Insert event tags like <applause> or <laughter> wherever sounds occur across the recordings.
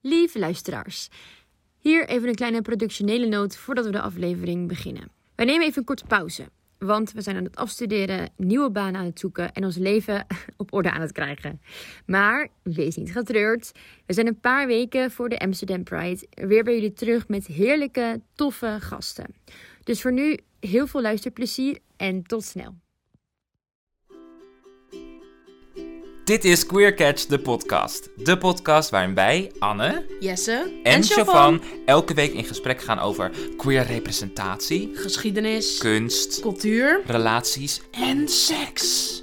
Lieve luisteraars, hier even een kleine productionele noot voordat we de aflevering beginnen. Wij nemen even een korte pauze, want we zijn aan het afstuderen, nieuwe banen aan het zoeken en ons leven <laughs> op orde aan het krijgen. Maar wees niet getreurd, we zijn een paar weken voor de Amsterdam Pride weer bij jullie terug met heerlijke, toffe gasten. Dus voor nu heel veel luisterplezier en tot snel. Dit is Queer Catch, de podcast. De podcast waarin wij, Anne Jesse en Chavan elke week in gesprek gaan over queer representatie, Geschiedenis. kunst, cultuur. <laughs> relaties en seks.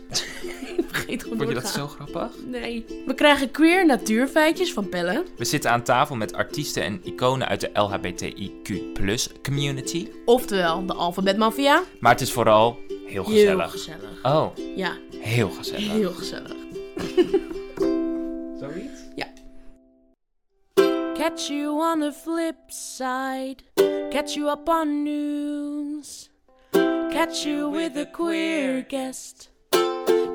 Ik vergeet gewoon Vond je door dat te gaan. zo grappig? Nee. We krijgen queer natuurfeitjes van Pelle. We zitten aan tafel met artiesten en iconen uit de LHBTIQ community. Oftewel, de alfabetmafia. Maar het is vooral heel Heel gezellig. gezellig. Oh, Ja, heel gezellig. heel gezellig. <laughs> Zoiets? Catch you on the flip side. Catch you up on news. Catch you with a queer guest.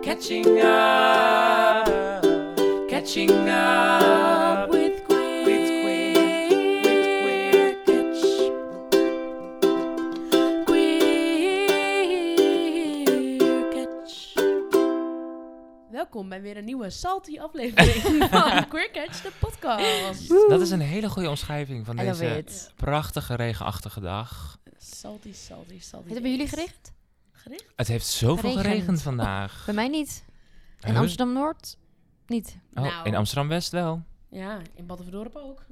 Catching up. Catching up with queer. catch. Queer catch. Welkom bij weer een nieuwe salty aflevering <laughs> van Queer Catch, de podcast. Dat is een hele goede omschrijving van I love deze it. prachtige regenachtige dag. Salty, salty, salty. Hebben jullie geregend? Gericht? Het heeft zoveel Regent. Oh, geregend vandaag. Bij mij niet. Huh? En Amsterdam-Noord? Niet. Oh, Nou. In Amsterdam-West wel. Ja, in Battenverdorp ook. <laughs>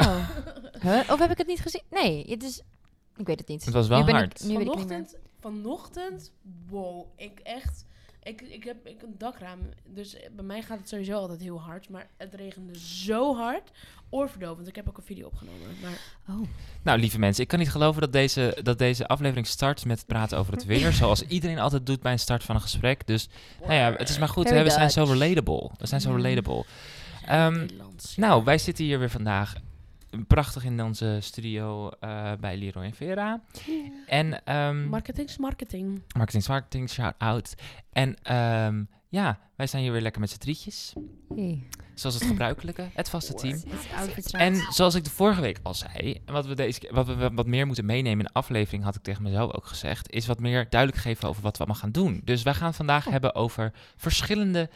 Oh. Huh? Of heb ik het niet gezien? Nee, het is... Ik weet het niet. Het was wel nu ben hard. Ik, nu weet ik niet meer. vanochtend, vanochtend, wow, ik echt, ik, ik heb ik een dakraam, dus bij mij gaat het sowieso altijd heel hard, maar het regende zo hard, oorverdovend. Ik heb ook een video opgenomen, maar Nou, lieve mensen, ik kan niet geloven dat deze, dat deze aflevering start met het praten over het weer. zoals iedereen altijd doet bij een start van een gesprek. Dus nou ja, het is maar goed. Very Hè, we zijn zo Dutch. Mm. relatable. We zijn zo relatable. Ehm, Nederlands. nou, wij zitten hier weer vandaag. Prachtig in onze studio eh, bij Leroy en Vera. En ehm Marketing is marketing. marketing, is marketing, shout out. En ehm, ja, wij zijn hier weer lekker met z'n drietjes. Hey. Zoals <clears throat> het gebruikelijke, het vaste team. Het is outfit En zoals ik de vorige week al zei, en wat we, deze, keer- wat we wat meer moeten meenemen in de aflevering, had ik tegen mezelf ook gezegd, is wat meer duidelijk geven over wat we allemaal gaan doen. Dus wij gaan vandaag hebben over verschillende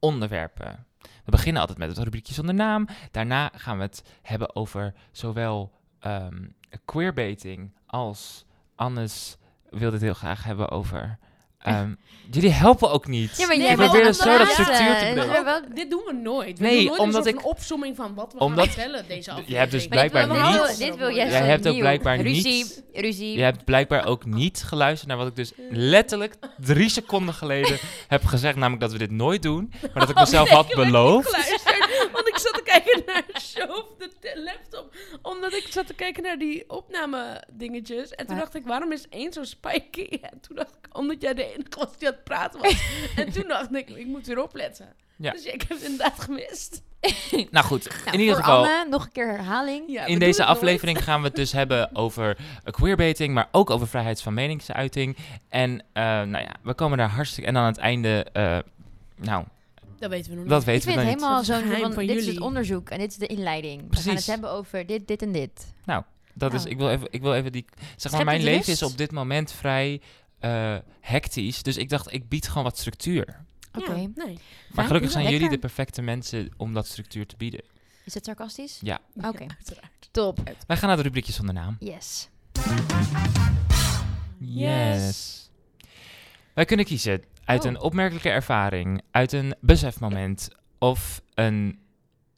onderwerpen. We beginnen altijd met het rubriekje zonder naam. Daarna gaan we het hebben over zowel ehm queerbaiting als Annes wil dit heel graag hebben over. ehm, jullie helpen ook niet. Ja, maar jij ik bent probeer aan dus zo dat praten. structuur te En brengen. we- wel- Dit doen we nooit. We Nee, doen nooit omdat een soort ik- van opsomming van wat we omdat- gaan vertellen deze aflevering. hebt dus Maar dit wil- blijkbaar dit wil- niet. Dit wil Jij Jesse hebt ook opnieuw. blijkbaar niet- ruzie, Ruzie. Je hebt blijkbaar ook niet geluisterd naar wat ik dus letterlijk drie seconden <laughs> geleden heb gezegd. Namelijk dat we dit nooit doen. Maar Oh, dat ik mezelf had beloofd. geluisterd, want ik zat te kijken naar een show op de te- laptop. Omdat ik zat te kijken naar die opname dingetjes. En toen Maar- dacht ik, waarom is één zo spiky? <laughs> En toen dacht ik, omdat jij de enige was die aan het praten was. <laughs> en toen dacht ik, ik moet weer opletten. Ja. Dus ja, ik heb het inderdaad gemist. Nou goed, Nou, in ieder voor geval. Anne, nog een keer herhaling. Ja, we in doen deze het nooit. aflevering gaan we het dus hebben over eh, queerbaiting, maar ook over vrijheid van meningsuiting. En eh, nou ja, we komen daar hartstikke... En aan het einde, eh, nou, Dat weten we nog Ik dat niet. weten vind het we nog niet. helemaal Dat is zo'n het geheim van, van dit is het jullie. onderzoek en dit is de inleiding. We gaan Precies. het hebben over dit, dit en dit. Dat is, Nou. ik wil even, ik wil even die. Zeg maar, Schept mijn het leven rust? is op dit moment vrij eh, hectisch. Dus ik dacht, ik bied gewoon wat structuur. Ja, Oké. nee. Maar Ja, gelukkig zijn lekker. jullie de perfecte mensen om dat structuur te bieden. Is dat sarcastisch? Ja. Oké, Ja, uiteraard. top. Wij gaan naar de rubriekje zonder naam. Yes. Yes. Wij kunnen kiezen uit Oh. een opmerkelijke ervaring, uit een besefmoment of een...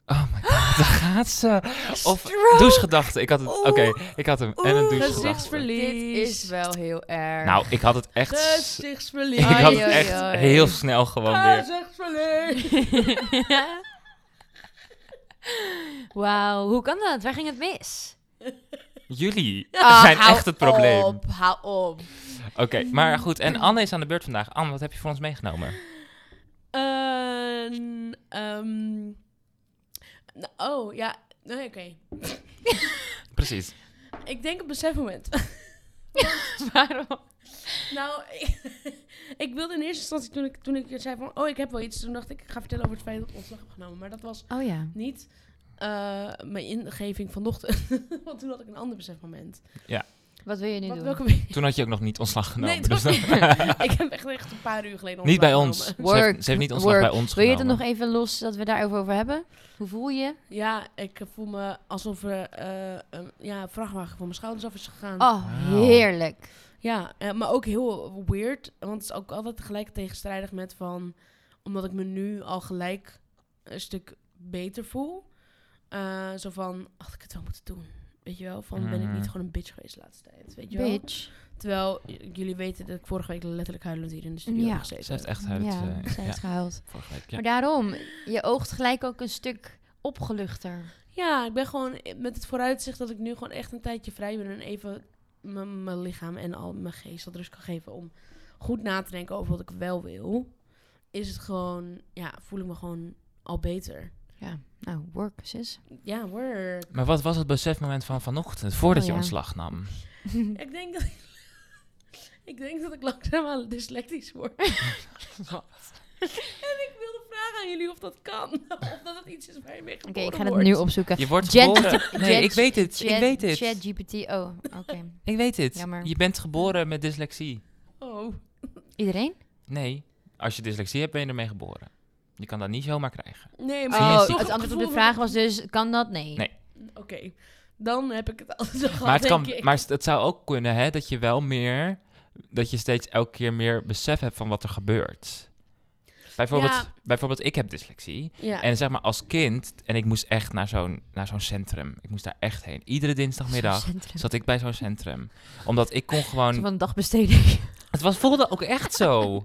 Oh my god, <gasps> daar gaat ze. Of douchegedachte. Ik had het... Oké, ik had hem. En een Oeh, douchegedachte. Gezichtsverlies. Dit is wel heel erg. Nou, ik had het echt... s- Gezichtsverlies. Ik had Ai, het ai, echt ai. heel snel gewoon weer. Gezichtsverlies. Nou. <laughs> Wauw, hoe kan dat? Waar ging het <laughs> mis? Jullie Ah, zijn hou echt het probleem. Op, hou op. Oké, maar goed. En Anne is aan de beurt vandaag. Anne, wat heb je voor ons meegenomen? Mm. Een, ehm, nou, oh, ja. Nee, Oké. Precies. Ik denk op besefmoment. Waarom? <laughs> nou, <laughs> ik, ik wilde in eerste instantie toen ik, toen ik zei van... Oh, ik heb wel iets. Toen dacht ik, ik ga vertellen over het feit dat ik ontslag heb genomen. Maar dat was Oh ja. niet eh, mijn ingeving vanochtend. <laughs> Want toen had ik een ander besefmoment. Wat wil je nu Wat, doen? welke <laughs> Toen had je ook nog niet ontslag genomen. Nee, dus <laughs> dat dat- ik heb echt, echt een paar uur geleden niet bij ons. ontslag Ze genomen. heeft- Work, ze heeft niet ontslag work. bij ons Wil je het genomen. nog even los dat we daarover over hebben? Hoe voel je? Ja, ik voel me alsof er eh, een ja, een vrachtwagen van mijn schouders af is gegaan. Oh, Wauw. heerlijk. Ja, eh, maar ook heel weird. Want het is ook altijd gelijk tegenstrijdig met van... Omdat ik me nu al gelijk een stuk beter voel. eh, zo van, had ik het wel moeten doen? Weet je wel? Van, ben ik Mhm. niet gewoon een bitch geweest de laatste tijd? Weet je wel? Bitch. Terwijl j- jullie weten dat ik vorige week letterlijk huilend hier in de studio Ja. heb Ze gezeten. heeft echt huid. ja, eh, ze ja, heeft gehuild. vorige week, ja. Maar daarom, je oogt gelijk ook een stuk opgeluchter. Ja, ik ben gewoon met het vooruitzicht dat ik nu gewoon echt een tijdje vrij ben en even mijn mijn lichaam en al mijn geest wat rust kan geven om goed na te denken over wat ik wel wil. Is het gewoon, ja, voel ik me gewoon al beter. Ja, nou, work, sis. Ja, work. Maar wat was het besefmoment van vanochtend, voordat Oh, je ja. ontslag <laughs> nam? Mm. Ik denk dat <laughs> ik, ik denk dat ik langzaamaan dyslectisch word. <laughs> en ik wilde vragen aan jullie of dat kan. <laughs> Of dat het iets is waar je mee Oké, geboren ik ga het wordt. nu opzoeken. Je wordt Gen- geboren... Nee, Gen- ik weet het. Ik Chat- weet het. ChatGPT. Oh, oké. Ik weet het. Jammer. Je bent geboren met dyslexie. Oh. Iedereen? Nee, als je dyslexie hebt, ben je ermee geboren. Je kan dat niet zomaar krijgen. Nee, maar Zie je, Oh, zie je. het antwoord op de vraag was dus, kan dat? Nee. Nee. Oké, dan heb ik het <laughs> altijd al gehad, maar, het denk kan, ik. maar het zou ook kunnen hè, dat je wel meer... Dat je steeds elke keer meer besef hebt van wat er gebeurt. Bijvoorbeeld, Ja. bijvoorbeeld ik heb dyslexie. Ja. En zeg maar als kind... En ik moest echt naar zo'n, naar zo'n centrum. Ik moest daar echt heen. Iedere dinsdagmiddag Zo'n centrum. zat ik bij zozo'n centrum. Omdat ik kon Zo gewoon... Van dagbesteding. Het was, voelde ook echt zo.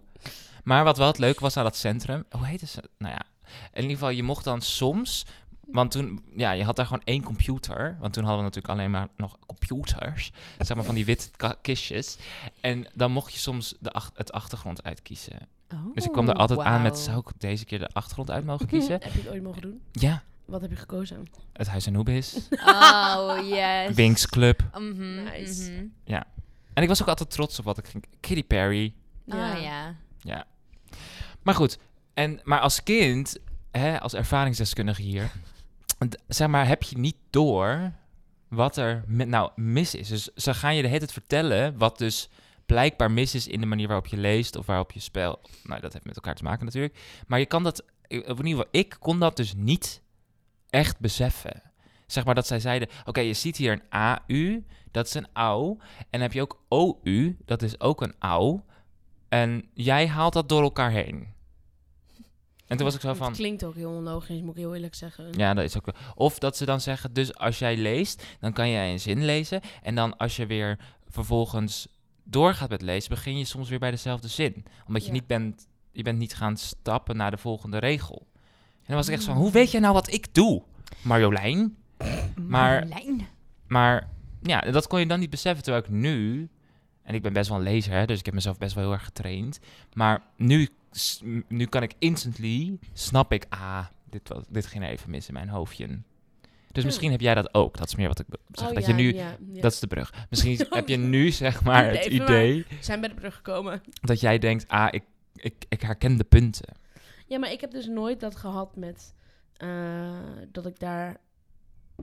Maar wat wel het leuke was aan dat centrum... Hoe heette ze? Nou ja, in ieder geval, je mocht dan soms... Want toen, ja, je had daar gewoon één computer. Want toen hadden we natuurlijk alleen maar nog computers. Zeg maar van die witte ka- kistjes. En dan mocht je soms de ach- het achtergrond uitkiezen. Oh, <laughs> Dus ik kwam er altijd aan met, wauw. zou ik deze keer de achtergrond uit mogen kiezen? Heb je het ooit mogen doen? ja, Wat heb je gekozen? het Huis Anubis, Oh, yes. Winx Club. Mhm, Nice. mhm. En ik was ook altijd trots op wat ik ging... Katy Perry, Ah, ja. Maar goed, en, maar als kind, hè, als ervaringsdeskundige hier, d- zeg maar, heb je niet door wat er met, nou mis is. Dus ze gaan je de hele tijd vertellen wat dus blijkbaar mis is in de manier waarop je leest of waarop je spel. Nou, dat heeft met elkaar te maken natuurlijk. Maar je kan dat, eh, of in ieder geval, ik kon dat dus niet echt beseffen. Zeg maar dat zij zeiden, oké, je ziet hier een AU, dat is een AU. En dan heb je ook OU, dat is ook een AU. En jij haalt dat door elkaar heen. En toen was ik zo van... Het klinkt ook heel onlogisch, moet ik heel eerlijk zeggen. Ja, dat is ook wel. Of dat ze dan zeggen, dus als jij leest, dan kan jij een zin lezen. En dan als je weer vervolgens doorgaat met lezen, begin je soms weer bij dezelfde zin. Omdat je Ja. niet bent, je bent niet gaan stappen naar de volgende regel. En dan was ik echt zo van, hoe weet jij nou wat ik doe, Marjolein? Maar- Marjolein. Maar ja, dat kon je dan niet beseffen. Terwijl ik nu, en ik ben best wel een lezer, hè, dus ik heb mezelf best wel heel erg getraind. Maar nu, s- m- nu kan ik instantly, snap ik, ah, dit, was- dit ging er even mis in mijn hoofdje. Dus Ja. misschien heb jij dat ook. Dat is meer wat ik be- zeg. Hm. Oh, dat ja, je nu, ja, ja. Oh, dat is de brug. <laughs> Misschien heb je nu zeg maar het Even idee We zijn bij de brug gekomen. dat jij denkt, ah, ik, ik, ik herken de punten. Ja, maar ik heb dus nooit dat gehad met eh, dat ik daar,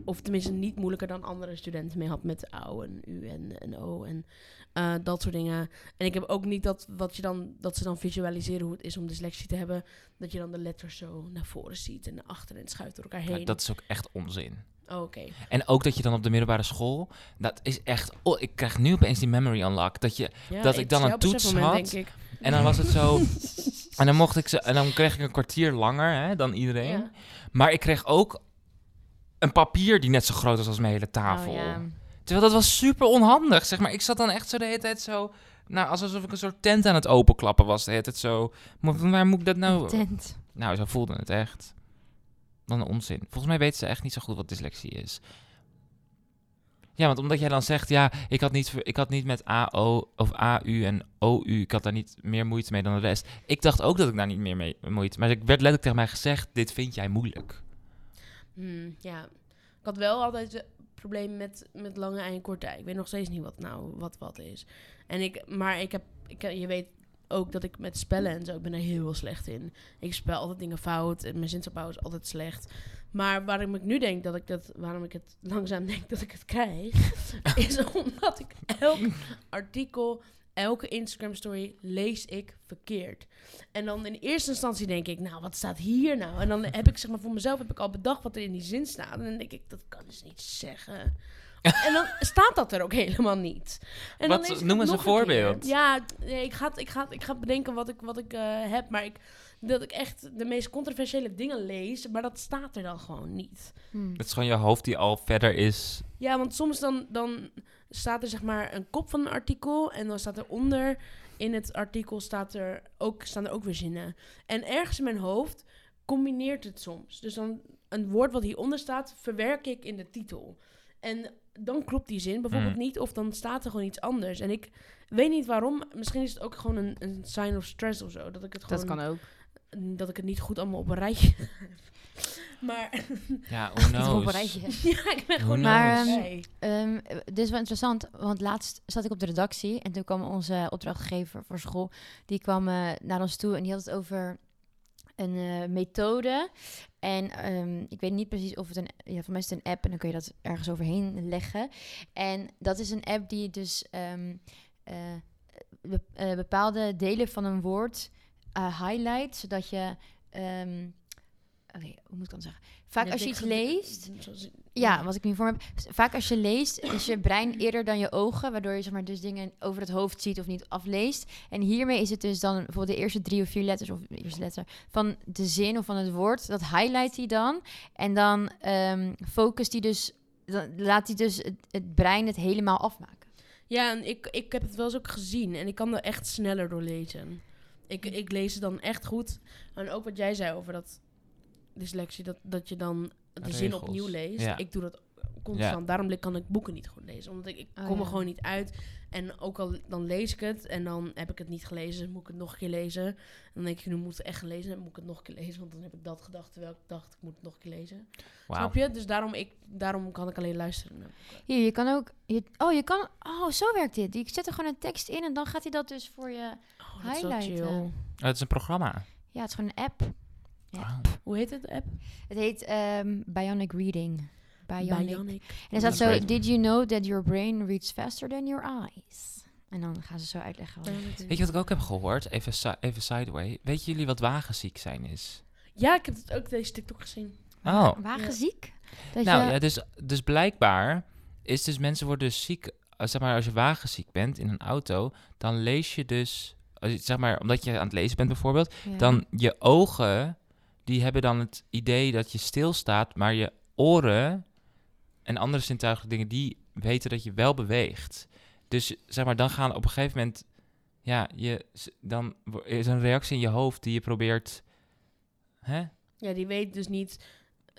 of tenminste niet moeilijker dan andere studenten mee had met O en U en, en O en eh, dat soort dingen. En ik heb ook niet dat, wat je dan, dat ze dan visualiseren hoe het is om dyslexie te hebben, dat je dan de letters zo naar voren ziet en naar achteren en het schuift door elkaar Maar heen. dat is ook echt onzin. Oh, Oké. En ook dat je dan op de middelbare school, dat is echt, oh, ik krijg nu opeens die memory unlock. Dat je Ja, Dat ik het dan is een jouw toets besefmoment, had. Denk ik. En dan was het zo. <laughs> en, dan mocht ik ze, en dan kreeg ik een kwartier langer hè, dan iedereen. Ja. Maar ik kreeg ook een papier die net zo groot was als mijn hele tafel. Oh, ja. Terwijl dat was super onhandig. Zeg maar. Ik zat dan echt zo de hele tijd zo. Nou, alsof ik een soort tent aan het openklappen was. De hele tijd zo. Maar van waar moet ik dat nou. Tent. Nou, zo voelde het echt. Dan onzin. Volgens mij weten ze echt niet zo goed wat dyslexie is. Ja, want omdat jij dan zegt, ja, ik had niet, ver- ik had niet met AO of AU en OU, ik had daar niet meer moeite mee dan de rest. Ik dacht ook dat ik daar niet meer mee moeite, maar ik werd letterlijk tegen mij gezegd, dit vind jij moeilijk. Hmm, ja. Ik had wel altijd eh, problemen met, met lange ei en korte ei. Ik weet nog steeds niet wat nou wat wat is. En ik, maar ik heb, ik, je weet, ook dat ik met spellen en zo, ik ben er heel slecht in. Ik spel altijd dingen fout en mijn zinsopbouw is altijd slecht. Maar waarom ik nu denk dat ik dat, waarom ik het <laughs> langzaam denk dat ik het krijg, <laughs> is omdat ik elk artikel, elke Instagram story lees ik verkeerd. En dan in eerste instantie denk ik, nou wat staat hier nou? En dan heb ik zeg maar voor mezelf heb ik al bedacht wat er in die zin staat. En dan denk ik, dat kan dus niet <laughs> zeggen. En dan staat dat er ook helemaal niet. En dan Wat- lees ik noem het eens een nog keer. voorbeeld. Ja, nee, ik ga, het- ik, ga, het- ik ga bedenken wat ik, wat ik eh, heb. Maar ik, dat ik echt de meest controversiële dingen lees. Maar dat staat er dan gewoon niet. Hmm. Het is gewoon je hoofd die al verder is. Ja, want soms dan, dan staat er zeg maar een kop van een artikel en dan staat eronder in het artikel staat er ook, staan er ook weer zinnen. En ergens in mijn hoofd combineert het soms. Dus dan een woord wat hieronder staat verwerk ik in de titel. En dan klopt die zin bijvoorbeeld Mm. niet of dan staat er gewoon iets anders. En ik weet niet waarom, misschien is het ook gewoon een, een sign of stress of zo. Dat ik het gewoon, Dat kan ook. dat ik het niet goed allemaal op een <laughs> rijtje heb. Maar Ja, <laughs> who Dat is knows? op een rijtje. ja, ik ben Who gewoon... Maar, knows? ehm, Nee. Ehm, eh, dit is wel interessant, want laatst zat ik op de redactie en toen kwam onze opdrachtgever voor school, die kwam eh, naar ons toe en die had het over een eh, methode. En ehm, ik weet niet precies of het een, ja, voor mij is het een app en dan kun je dat ergens overheen leggen. En dat is een app die dus ehm, eh, be- eh, bepaalde delen van een woord eh, highlight, zodat je, ehm, oké, hoe moet ik dat zeggen? Vaak Ja, als je dik iets ged- leest, Zoals- ja, wat ik nu voor me heb. S- Vaak als je leest, is je brein eerder dan je ogen. Waardoor je zeg maar, dus dingen over het hoofd ziet of niet afleest. En hiermee is het dus dan bijvoorbeeld de eerste drie of vier letters. Of de eerste letter van de zin of van het woord. Dat highlight hij dan. En dan ehm focust hij dus. Dan laat hij dus het, het brein het helemaal afmaken. Ja, en ik, ik heb het wel eens ook gezien. En ik kan er echt sneller door lezen. Ik, ik lees het dan echt goed. En ook wat jij zei over dat dyslexie, dat, dat je dan de zin Regels. opnieuw leest. Ja. Ik doe dat constant. Daarom kan ik boeken niet goed lezen. Omdat ik, ik Oh, kom ja. er gewoon niet uit. En ook al dan lees ik het en dan heb ik het niet gelezen, moet ik het nog een keer lezen. En dan denk ik, nu moet ik het echt gelezen hebben, moet ik het nog een keer lezen. Want dan heb ik dat gedacht, terwijl ik dacht, ik moet het nog een keer lezen. Wauw. Snap je? Dus daarom, ik, daarom kan ik alleen luisteren. naar boeken. Hier, je kan ook. Je, oh, je kan. Oh, zo werkt dit. Ik zet er gewoon een tekst in en dan gaat hij dat dus voor je. Oh, dat is wel Highlighten. chill. Oh, Het is een programma. Ja, het is gewoon een app. Wauw. Hoe heet het, de app? Het heet ehm, Bionic Reading. Bionic En dan Dat staat is zo, beter. did you know that your brain reads faster than your eyes? En dan gaan ze zo uitleggen. wat- Weet je wat ik ook heb gehoord? Even, si- even sideway. Weet jullie wat wagenziek zijn is? Ja, ik heb het ook deze TikTok gezien. Oh. Wagenziek? Dat Nou je, ja, dus, dus blijkbaar is dus mensen worden dus ziek. eh, Zeg maar, als je wagenziek bent in een auto, dan lees je dus. als je- Zeg maar, omdat je aan het lezen bent bijvoorbeeld, ja. dan je ogen, die hebben dan het idee dat je stilstaat, maar je oren en andere zintuigelijke dingen, die weten dat je wel beweegt. Dus zeg maar, dan gaan op een gegeven moment, ja, je, s- dan wo- is een reactie in je hoofd die je probeert, hè? Ja, die weet dus niet.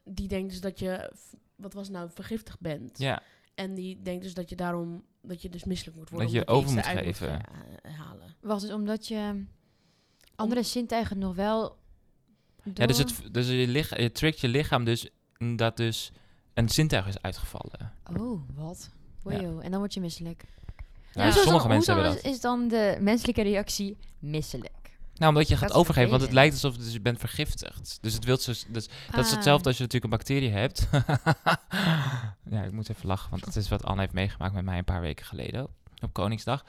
Die denkt dus dat je, v- wat was het nou, vergiftigd bent. Ja, En die denkt dus dat je daarom, dat je dus misselijk moet worden. Dat je omdat over iets moet eruit geven. ga- eh, halen. Was het omdat je andere zintuigen nog wel... ja dus, door- het, v- dus je, licha- je trickt je lichaam dus mm, dat dus een zintuig is uitgevallen. Oh, wat? Wow, en dan word je misselijk. Ja, Hoezo is sommige dan, mensen hoezo hebben dat. is, is dan de menselijke reactie misselijk? Nou, omdat je Dat gaat is overgeven, want het vervelend. lijkt alsof dus je bent vergiftigd. Dus het wilt zo, dus Dat Ah. is hetzelfde als je natuurlijk een bacterie hebt. <laughs> ja, ik moet even lachen, want dat is wat Anne heeft meegemaakt met mij een paar weken geleden. Op Koningsdag.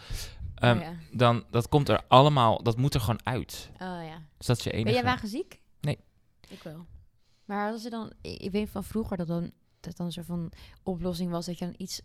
Ah, Ehm, oh, ja. Dan, dat komt er allemaal, dat moet er gewoon uit. Oh, ja. Dus dat is je enige. Ben jij wagenziek? Ik wel. Maar als er dan, ik, ik weet van vroeger dat dan, dat dan een soort van oplossing was dat je dan iets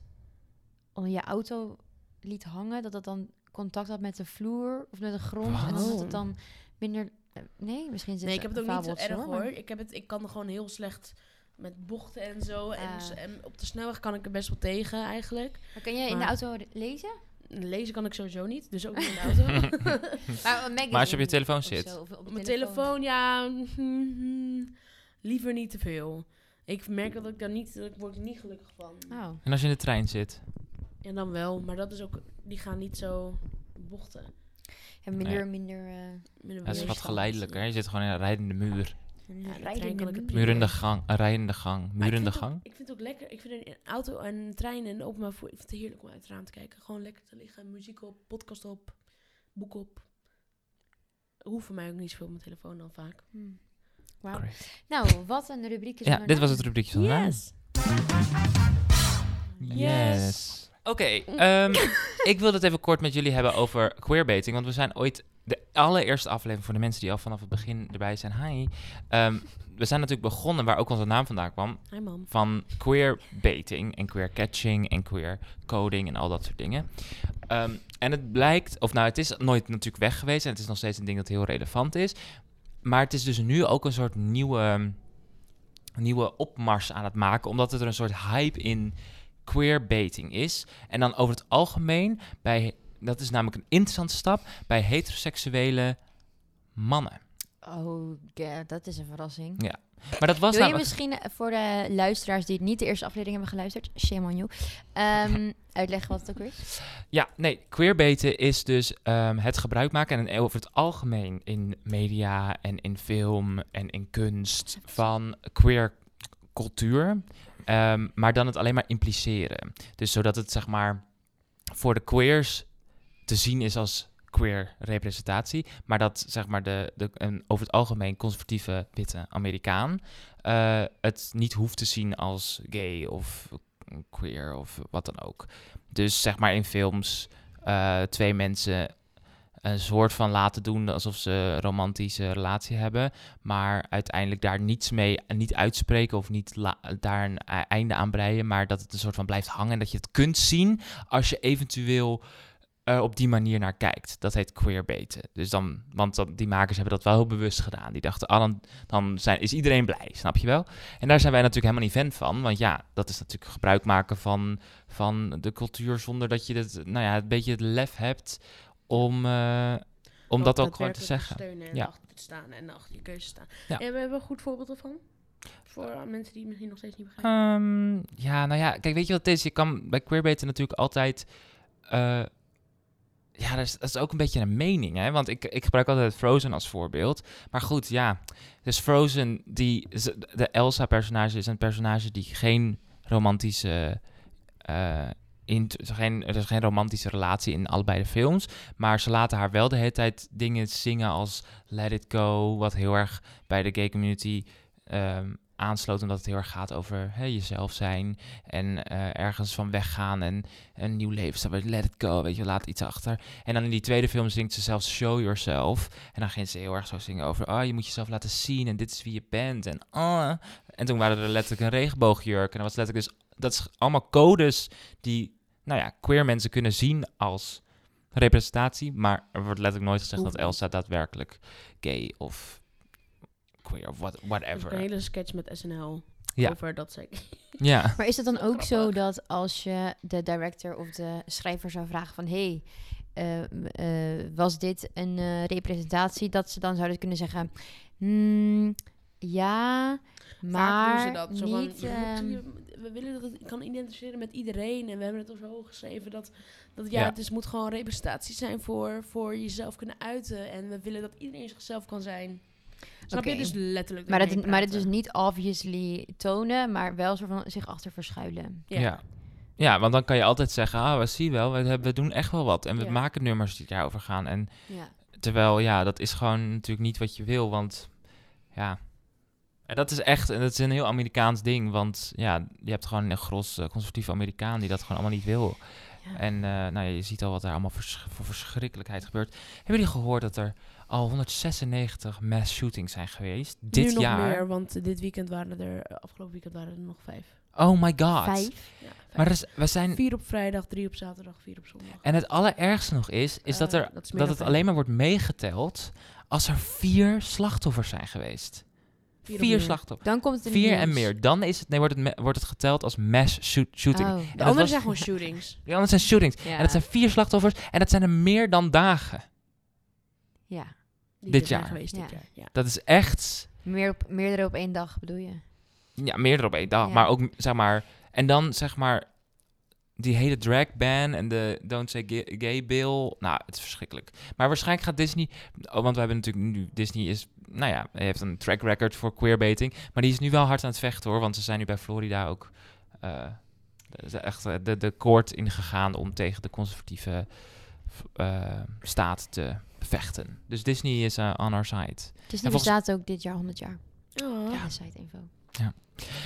onder je auto liet hangen, dat dat dan contact had met de vloer of met de grond en dan dat Wat? het dan minder. eh, Nee, misschien zit Oh. Nee, ik heb het ook niet zo erg hoor. maar- Ik, heb het, ik kan gewoon heel slecht met bochten en zo. En, Ah. s- en op de snelweg kan ik er best wel tegen eigenlijk. Maar kan je in de Maar- auto re- lezen? <laughs> Lezen kan ik sowieso niet, dus ook niet in de <laughs> auto. Maar als je op je telefoon zit. op Op mijn telefoon, ja. mhm, <laughs> liever niet te veel. Ik merk dat ik daar niet, dat ik word ik niet gelukkig van. Oh. En als je in de trein zit. En dan wel, maar dat is ook, die gaan niet zo bochten. En minder, minder. eh, Met een Ja, het is wat weerstand. geleidelijker. Je zit gewoon in een rijdende muur. Ja, En in de rijden trein in kan de ik het muur. prima. Murende gang, een rijdende gang, Maar ik murende vind het ook- gang. Ik vind het ook lekker. Ik vind een auto en een trein en openbaar vervoer. Ik vind het heerlijk om uit het raam te kijken. Gewoon lekker te liggen, muziek op, podcast op, boek op. hoeven mij ook niet zoveel op mijn telefoon dan vaak. Hmm. Wauw. Great. Nou, wat een rubriek. nou Ja, dit was het rubriekje van de maand. Yes! Yes. Oké, Mm. <laughs> ehm, ik wil het even kort met jullie hebben over queerbaiting. Want we zijn ooit de allereerste aflevering voor de mensen die al vanaf het begin erbij zijn. Hi. Ehm, we zijn natuurlijk begonnen, waar ook onze naam vandaan kwam, Hi mam. van queerbaiting en queercatching en queercoding en al dat soort dingen. Ehm, en het blijkt, of nou, het is nooit natuurlijk weg geweest en het is nog steeds een ding dat heel relevant is. Maar het is dus nu ook een soort nieuwe, ehm, nieuwe opmars aan het maken, omdat het er een soort hype in queerbaiting is. En dan over het algemeen, bij, dat is namelijk een interessante stap, bij heteroseksuele mannen. Oh, ja, dat is een verrassing. Maar dat Wil was je namelijk- misschien eh, voor de luisteraars die niet de eerste aflevering hebben geluisterd, shame on you, ehm, uitleggen wat het ook weer is? Ja, nee, queerbaiten is dus ehm, het gebruik maken en over het algemeen in media en in film en in kunst van queer cultuur, ehm, maar dan het alleen maar impliceren. Dus zodat het zeg maar voor de queers te zien is als queer representatie, maar dat zeg maar de, de een over het algemeen conservatieve witte Amerikaan eh, het niet hoeft te zien als gay of queer of wat dan ook. Dus zeg maar in films eh, twee mensen een soort van laten doen alsof ze een romantische relatie hebben, maar uiteindelijk daar niets mee, niet uitspreken of niet la- daar een e- einde aan breien, maar dat het een soort van blijft hangen en dat je het kunt zien als je eventueel er op die manier naar kijkt. Dat heet queerbaiten. Dus dan, want dan, die makers hebben dat wel heel bewust gedaan. Die dachten, ah, dan, dan zijn, is iedereen blij, snap je wel? En daar zijn wij natuurlijk helemaal niet fan van, want ja, dat is natuurlijk gebruik maken van van de cultuur zonder dat je het, nou ja, een beetje het lef hebt om, eh, om dat ook gewoon te zeggen. Steunen en Ja. achter te staan en achter je keuze te staan. Ja. En we hebben een goed voorbeeld ervan. Voor eh, mensen die het misschien nog steeds niet begrijpen. Ehm, ja, nou ja, kijk, weet je wat het is? Je kan bij queerbaiten natuurlijk altijd... eh, ja, dat is, dat is ook een beetje een mening, hè? Want ik, ik gebruik altijd Frozen als voorbeeld. Maar goed, ja. Dus Frozen, die, is- de Elsa-personage is een personage die geen romantische... eh, in, er is geen, er is geen romantische relatie in allebei de films. Maar ze laten haar wel de hele tijd dingen zingen als Let It Go. Wat heel erg bij de gay community ehm, aansloot. Omdat het heel erg gaat over hè, jezelf zijn. En eh, ergens van weggaan. En een nieuw leven starten. Let it go. Weet je, laat iets achter. En dan in die tweede film zingt ze zelfs Show Yourself. En dan ging ze heel erg zo zingen over. Oh, je moet jezelf laten zien. En dit is wie je bent. En, ah. en toen waren er letterlijk een regenboogjurk. En dat was letterlijk dus. Dat is allemaal codes die, nou ja, queer mensen kunnen zien als representatie. Maar er wordt letterlijk nooit gezegd dat Hoeven. Elsa daadwerkelijk gay of queer of what, Er is whatever. een hele sketch met SNL Ja. over dat zij Ja. Maar is het dan ook zo Grappig. dat als je de director of de schrijver zou vragen van... hey, eh, eh, was dit een eh, representatie? Dat ze dan zouden kunnen zeggen... "Hmm, ja, maar Vaak doen ze dat. Zo niet... van, je ehm, moet- je- we willen dat het kan identificeren met iedereen. En we hebben het al zo geschreven dat, dat ja, Ja. het is, moet gewoon representatie zijn voor, voor jezelf kunnen uiten. En we willen dat iedereen zichzelf kan zijn. Snap Oké. je? Dus letterlijk maar, ermee dat, maar dat dus praten. niet obviously tonen, maar wel soort van zich achter verschuilen. Ja. ja. want dan kan je altijd zeggen, ah, we zien wel, we, hebben- we doen echt wel wat. En we Ja. maken nummers die daarover gaan. En Ja. terwijl, ja, dat is gewoon natuurlijk niet wat je wil, want ja. En dat is echt, en dat is een heel Amerikaans ding, want ja, je hebt gewoon een gros eh, conservatieve Amerikaan die dat gewoon allemaal niet wil. Ja. En eh, nou, ja, je ziet al wat er allemaal vers- voor verschrikkelijkheid gebeurt. Hebben jullie gehoord dat er al 196 mass shootings zijn geweest dit nu nog jaar? meer, want eh, dit weekend waren er, eh, afgelopen weekend waren er nog vijf. Oh my god. Vijf. Ja, vijf. Maar er is- we zijn Vier op vrijdag, drie op zaterdag, vier op zondag. En het allerergste nog is, is dat, Eh, er, dat is dat, meer dan het vijf. alleen maar wordt meegeteld als er vier slachtoffers zijn geweest. Vier Vier, of meer. slachtoffers. Dan komt het in het Vier en nieuws. meer. Dan is het, nee, wordt, het me- wordt het geteld als mass shoot- shooting. Oh. De dat andere was- zijn gewoon <laughs> <laughs> shootings. Die anderen zijn shootings. Ja. En dat zijn vier slachtoffers. En dat zijn er meer dan dagen. Ja. Die Dit zijn jaar. Geweest dit Ja. jaar. Ja. Dat is echt Meer op, meerdere op één dag bedoel je? ja, meerdere op één dag. Ja. Maar ook, zeg maar... En dan, zeg maar, die hele drag ban en de Don't Say Ga- Gay Bill. Nou, het is verschrikkelijk. Maar waarschijnlijk gaat Disney... Oh, want we hebben natuurlijk nu... Disney is... Nou ja, heeft een track record voor queerbaiting. Maar die is nu wel hard aan het vechten, hoor. Want ze zijn nu bij Florida ook... eh, ze zijn echt eh, de, de court ingegaan om tegen de conservatieve eh, staat te vechten. Dus Disney is eh, on our side. Disney volgens- bestaat ook dit jaar 100 jaar. Oh, Ja. Site info.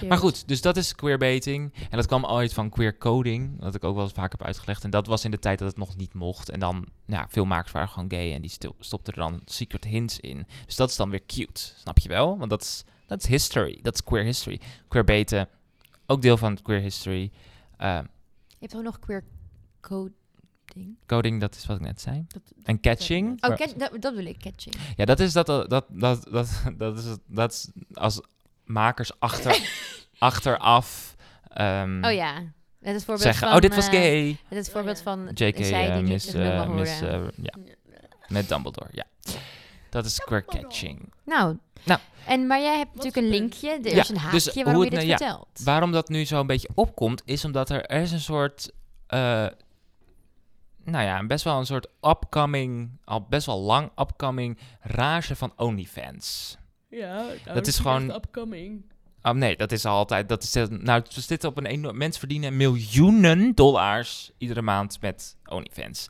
Maar goed, dus dat is queerbaiting. En dat kwam ooit van queer coding, wat ik ook wel eens vaak heb uitgelegd. En dat was in de tijd dat het nog niet mocht. En dan, nou, ja, veel makers waren gewoon gay en die stil- stopten er dan secret hints in. Dus dat is dan weer cute, snap je wel? Want dat is, dat is history, dat is queer history. Queerbaiten, ook deel van queer history. Eh, Je hebt ook nog queer coding. coding, dat is wat ik net zei. Dat- En catching. Oh, cat- dat, dat wil ik, catching. Ja, dat is dat dat dat dat dat is dat is als <laughs> makers achter achteraf ehm, Oh ja. Net het voorbeeld zeggen. van, oh, dit was eh, gay. Net het Oh voorbeeld ja. van JK zij die eh, niet Miss, terug mag eh, horen. Miss eh, ja. met Dumbledore. Ja, dat is queer catching. Nou. Nou. En, maar jij hebt natuurlijk is een het linkje. Er Ja, is een haakje dus hoe waarom je het dit nou- ja. vertelt. Waarom dat nu zo een beetje opkomt, is omdat er, er is een soort, eh, nou ja, best wel een soort upcoming, al best wel lang upcoming rage van OnlyFans. Ja, oh, nou, is echt gewoon- upcoming. Ah, nee, dat is altijd. Dat is, nou, ze zitten op een enorm. Mensen verdienen miljoenen dollars iedere maand met OnlyFans.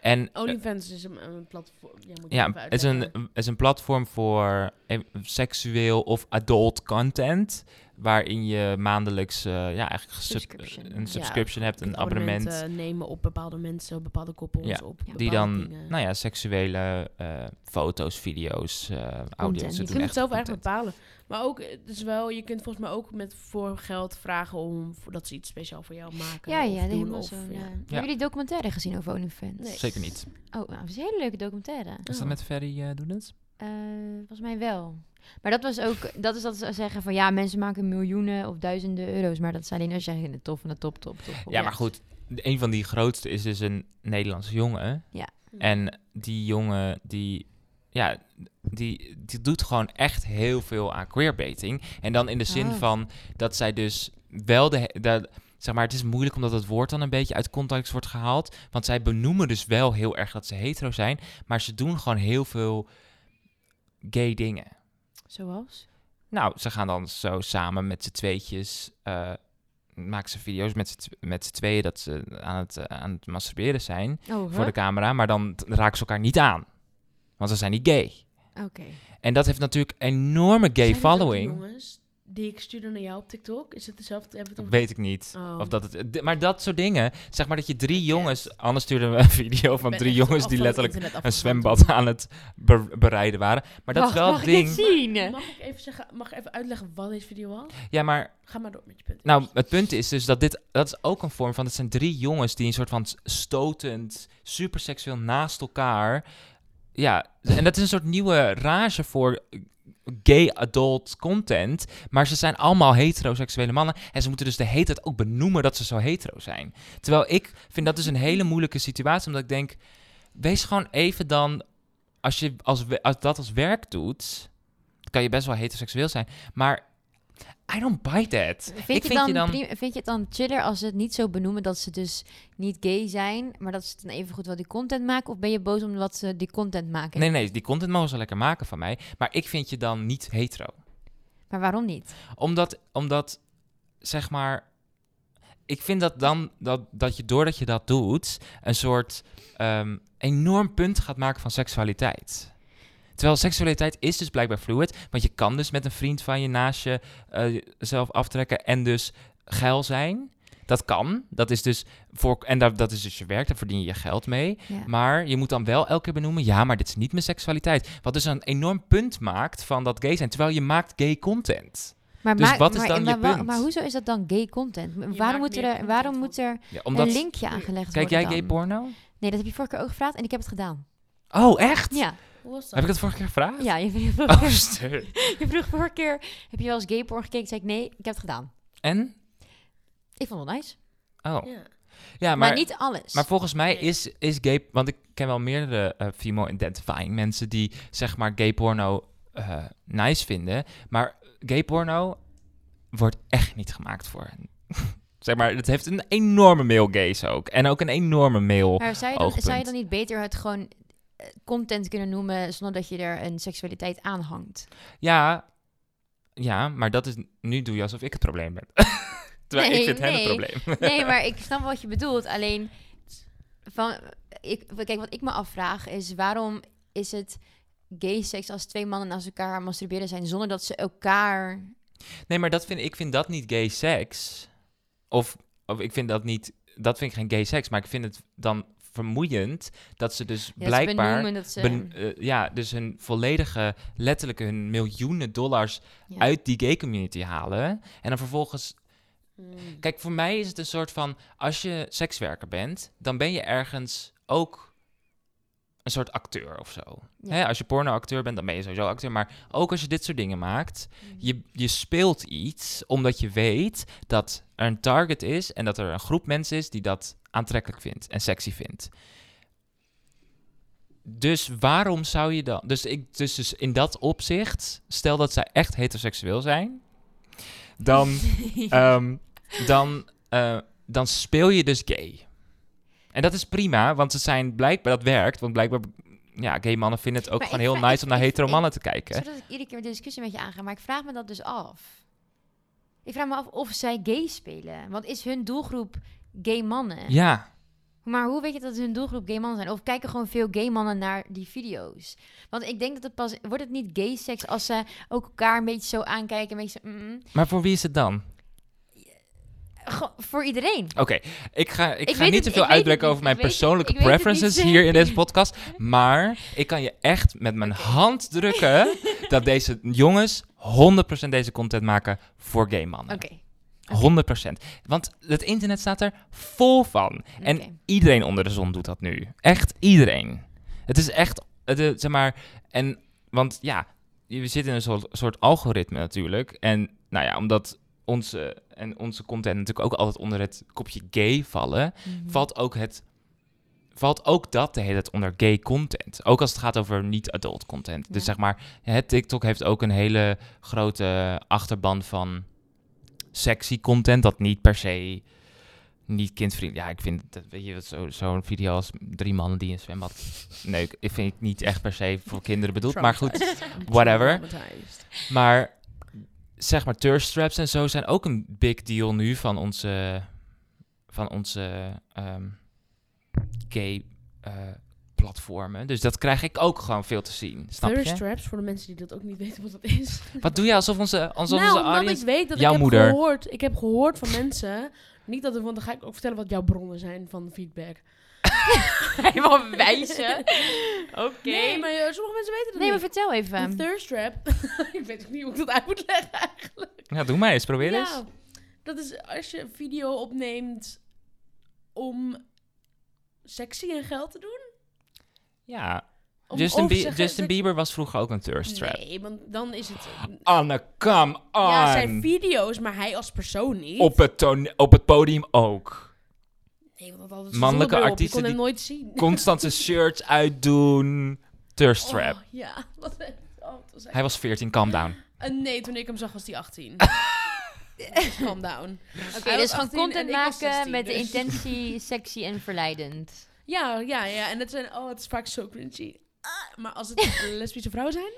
En eh, OnlyFans is een, een platform. Ja, moet je ja, even het is een, uitleggen. is een platform voor eh, seksueel of adult content. Waarin je maandelijks eh, ja, eigenlijk sub- Subscription. een subscription hebt, een abonnement. Abonnementen eh, nemen op bepaalde mensen, bepaalde koppels, Ja, op die bepaalde dan, dingen. nou ja, seksuele eh, foto's, video's, eh audio. Je Ze doen je kunt het echt zelf echt content. bepalen. Maar ook, eh, het is wel, je kunt volgens mij ook met voor geld vragen om dat ze iets speciaal voor jou maken. Ja, of ja, doen, helemaal of, zo. ja. Hebben jullie die documentaire gezien over OnlyFans? Nee. Zeker niet. Oh, nou, dat is een hele leuke documentaire. Is dat Oh. met Ferry eh Doenens? Eh, volgens mij wel. Maar dat was ook, dat is dat ze zeggen van ja, mensen maken miljoenen of duizenden euro's. Maar dat is alleen als jij in de top van de top, top, top. top. Ja, maar goed. Een van die grootste is dus een Nederlandse jongen. Ja. En die jongen die, ja, die, die doet gewoon echt heel veel aan queerbaiting. En dan in de zin Ah. van van dat zij dus wel de, he- de- zeg maar, het is moeilijk omdat het woord dan een beetje uit context wordt gehaald. Want zij benoemen dus wel heel erg dat ze hetero zijn. Maar ze doen gewoon heel veel gay dingen. Zoals? Nou, ze gaan dan zo samen met z'n tweetjes. eh, maken ze video's met z'n tw- met z'n tweeën dat ze aan het, eh, aan het masturberen zijn Oh, huh? voor de camera. Maar dan t- raken ze elkaar niet aan. Want ze zijn niet gay. Oké. En dat heeft natuurlijk enorme gay Zijn dit ook die following. jongens die ik stuurde naar jou op TikTok, is het dezelfde? Hebben we Dat het weet ik niet. over- Oh. Of dat het, d- maar dat soort dingen. Zeg maar dat je drie Yes. jongens. Anders stuurden we een <laughs> video van Ik ben drie echt jongens af die van het letterlijk internet een afgegaan. zwembad aan het be- bereiden waren. Maar dat Wacht, is wel mag het ik dit ding. zien? Mag ik even zeggen, mag ik even uitleggen wat deze video was? Ja, maar Ga maar door met je punt. Nou, het punt is dus dat dit, dat is ook een vorm van, het zijn drie jongens die een soort van stotend, superseksueel naast elkaar, ja, en dat is een soort nieuwe rage voor gay adult content, maar ze zijn allemaal heteroseksuele mannen en ze moeten dus de hele tijd ook benoemen dat ze zo hetero zijn. Terwijl ik vind dat dus een hele moeilijke situatie, omdat ik denk, wees gewoon even dan, als je als, we- als dat als werk doet, kan je best wel heteroseksueel zijn, maar I don't buy that. Vind, Ik je dan prima- vind je het dan chiller als ze het niet zo benoemen dat ze dus niet gay zijn, maar dat ze dan even goed wel die content maken? Of ben je boos omdat ze die content maken? Nee, nee, die content mogen ze lekker maken van mij. Maar ik vind je dan niet hetero. Maar waarom niet? Omdat, omdat zeg maar... Ik vind dat dan dat, dat je doordat je dat doet... een soort ehm, enorm punt gaat maken van seksualiteit. Terwijl seksualiteit is dus blijkbaar fluid. Want je kan dus met een vriend van je naast je eh, zelf aftrekken... en dus geil zijn. Dat kan. Dat is dus voor, en dat, dat is dus je werk. Daar verdien je je geld mee. Ja. Maar je moet dan wel elke keer benoemen, ja, maar dit is niet mijn seksualiteit. Wat dus een enorm punt maakt van dat gay zijn, terwijl je maakt gay content. Maar, Dus maak- wat is maar, dan maar, je wa- punt? Maar hoezo is dat dan gay content? M- maakt waarom moet, meer er, content waarom van- moet er Ja, omdat, een linkje aangelegd kijk jij worden gay dan? porno? Nee, dat heb je vorige keer ook gevraagd en ik heb het gedaan. Oh, echt? Ja, Hoe was dat? Heb ik dat vorige keer gevraagd? ja je, je vroeg, <laughs> Oh, stuur. <laughs> je vroeg vorige keer, heb je wel eens gay porn gekeken? Zei ik, nee, ik heb het gedaan. En? Ik vond het wel nice. Oh. Ja. Ja, maar, maar, niet alles. maar volgens mij Nee. is, is gay... Want ik ken wel meerdere eh, female identifying mensen die, zeg maar, gay porno eh, nice vinden. Maar gay porno wordt echt niet gemaakt voor hen. <laughs> zeg maar, het heeft een enorme male gaze ook. En ook een enorme male... Maar zou je, dan, Oogpunt. zou je dan niet beter het gewoon eh, content kunnen noemen zonder dat je er een seksualiteit aan hangt? <laughs> Ja, ja, maar dat is nu doe je alsof ik het probleem ben. <laughs> Terwijl Nee, ik vind hen nee. het probleem. Nee, maar ik snap wat je bedoelt. Alleen, van, ik, kijk, wat ik me afvraag is waarom is het gay seks als twee mannen naast elkaar masturberen zijn zonder dat ze elkaar... Nee, maar dat vind, ik vind dat niet gay seks. Of, of ik vind dat niet... Dat vind ik geen gay seks, maar ik vind het dan vermoeiend dat ze dus Ja, ze blijkbaar... benoemen dat ze... ben- eh, ja, dus hun volledige, letterlijk hun miljoenen dollars Ja. uit die gay community halen. En dan vervolgens Hmm. Mm. Kijk, voor mij is het een soort van, als je sekswerker bent, dan ben je ergens ook een soort acteur of zo. Ja. Hè, als je pornoacteur bent, dan ben je sowieso acteur. Maar ook als je dit soort dingen maakt, je, je speelt iets omdat je weet dat er een target is en dat er een groep mensen is die dat aantrekkelijk vindt en sexy vindt. Dus waarom zou je dan... Dus, ik, dus, dus in dat opzicht, stel dat zij echt heteroseksueel zijn, dan <laughs> Ehm, dan, eh, dan speel je dus gay. En dat is prima, want ze zijn blijkbaar dat werkt. Want blijkbaar, ja, gay mannen vinden het ook Maar gewoon ik heel vraag- nice om ik- naar ik- hetero ik- mannen te kijken. Zodat ik iedere keer de discussie met je aanga, maar ik vraag me dat dus af. Ik vraag me af of zij gay spelen. Want is hun doelgroep gay mannen? Ja, Maar hoe weet je dat hun doelgroep gay mannen zijn? Of kijken gewoon veel gay mannen naar die video's? Want ik denk dat het pas... Wordt het niet gay seks als ze ook elkaar een beetje zo aankijken? Een beetje zo... mm, mm. maar voor wie is het dan? Gewoon voor iedereen. Oké, ik ga, ik Ik weet het ga niet te niet, veel ik weet het uitbrekken niet, over mijn ik weet het- persoonlijke ik weet het niet preferences zeker. hier in deze <laughs> podcast. Maar ik kan je echt met mijn <laughs> hand drukken dat deze jongens 100% deze content maken voor gay mannen. Oké. 100%. Want het internet staat er vol van. En Oké. iedereen onder de zon doet dat nu. Echt iedereen. Het is echt, het, is, zeg maar, en, want ja, je zit in een soort, soort algoritme natuurlijk. En nou ja, omdat onze, en onze content natuurlijk ook altijd onder het kopje gay vallen, Mhm. <laughs> valt ook het... Valt ook dat de hele tijd onder gay content. Ook als het gaat over niet-adult content. Dus Ja. zeg maar, het TikTok heeft ook een hele grote achterban van sexy content. Dat niet per se niet kindvriendelijk. Ja, ik vind dat, weet je, wat zo- zo'n video als drie mannen die een zwembad neuken. Ik vind ik niet echt per se voor kinderen bedoeld. Maar goed, <laughs> whatever. Traumatized. maar zeg maar, thirst traps en zo zijn ook een big deal nu van onze, van onze ehm, gay eh, platformen. Dus dat krijg ik ook gewoon veel te zien. Snap Thirst je? traps, voor de mensen die dat ook niet weten wat dat is. Wat doe je alsof onze, <laughs> alsof nou, onze omdat audience... ik weet dat jouw ik heb moeder. gehoord... Ik heb gehoord van mensen... Niet dat, want dan ga ik ook vertellen wat jouw bronnen zijn van feedback. Helemaal <laughs> wijzen. Oké. Nee, maar eh, sommige mensen weten dat Nee, maar niet. vertel even. Een thirst trap. <laughs> ik weet ook niet hoe ik dat uit moet leggen eigenlijk. Ja, Nou, doe maar eens. Probeer eens. Ja, dat is als je een video opneemt om sexy en geld te doen. Ja, Om Justin, over Bie- seks- Justin seks- Bieber was vroeger ook een thirst trap. Nee, want dan is het... Anne, come on! Ja, zijn video's, maar hij als persoon niet. op, het toon- op het podium ook. nee, want dat had Mannelijke Ik kon artiesten hem die- nooit zien. Constant <laughs> zijn shirts uitdoen. <laughs> Thirst trap. Oh, ja, wat een- oh, het was echt- Hij was 14, calm down. Eh, nee, toen ik hem zag was hij <laughs> 18. Calm down. Oké, Hij dus was gewoon 18 en content ik was maken 16, met de dus. intentie sexy en verleidend. Ja, ja, ja. En het zijn, oh, het is vaak zo cringy. Ah, maar als het lesbische vrouwen zijn,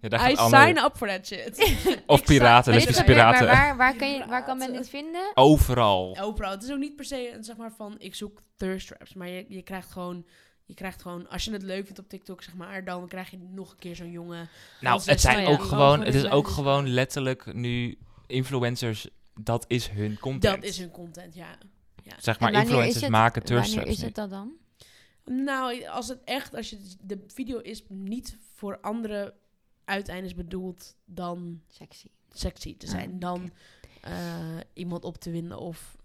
Ja, daar gaat I Anne- sign up for that shit. Of piraten, Maar dit lesbische is- maar- piraten. Maar waar, waar, kan je, waar kan men dit vinden? Overal. Oprah, het is ook niet per se een, zeg maar van, ik zoek thirst traps. Maar je, je krijgt gewoon... Je krijgt gewoon, als je het leuk vindt op TikTok, zeg maar, dan krijg je nog een keer zo'n jongen. Nou, Onze het, zijn zus- ook ja. gewoon, Oh, het is dit ook is- gewoon letterlijk nu influencers, dat is hun content. Dat is hun content, ja. Zeg En maar, wanneer influencers is het- maken thirst Wanneer traps is nu. het dat dan? Nou, als het echt, als je de video is niet voor andere uiteindes bedoeld dan Sexy. sexy te Ah, zijn, dan oké. eh, iemand op te winden of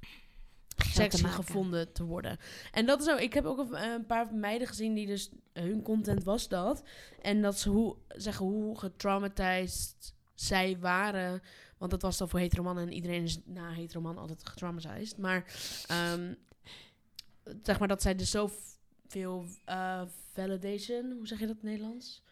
te sexy maken. gevonden te worden. En dat is ook, ik heb ook een, een paar meiden gezien die dus hun content was dat. En dat ze hoe, zeggen hoe getraumatized zij waren. Want dat was dan voor heteromannen en iedereen is na heteroman altijd getraumatized. Maar ehm, zeg maar dat zij dus zo v- veel eh, validation, hoe zeg je dat in het Nederlands?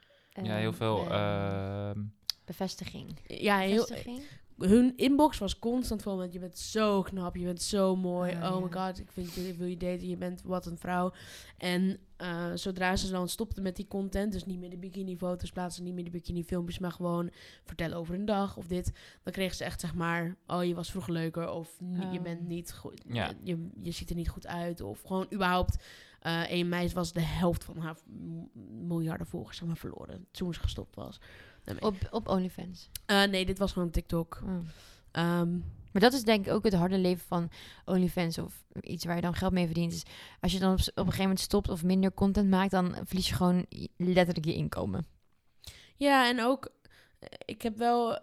Ja, heel Ehm, veel... ehm, ehm, bevestiging. Ja, heel, Bevestiging? hun inbox was constant vol met je bent zo knap, je bent zo mooi. Ah, oh ja. my god, ik vind je, ik wil je daten, je bent wat een vrouw. En eh, zodra ze dan stopten met die content, dus niet meer de bikini foto's plaatsen, niet meer de bikini filmpjes, maar gewoon vertellen over een dag of dit, dan kregen ze echt zeg maar, oh je was vroeger leuker of "Ni- je Oh. bent niet goed, Ja. je, je ziet er niet goed uit of gewoon überhaupt eh, Eh een meisje was de helft van haar m- miljarden volgers zeg maar, verloren toen ze gestopt was. Op, op OnlyFans. Eh, nee, dit was gewoon TikTok. Oh. Ehm, Maar dat is denk ik ook het harde leven van OnlyFans of iets waar je dan geld mee verdient. Is als je dan op, s- op een gegeven moment stopt of minder content maakt, dan verlies je gewoon i- letterlijk je inkomen. ja, en ook, eh, ik heb wel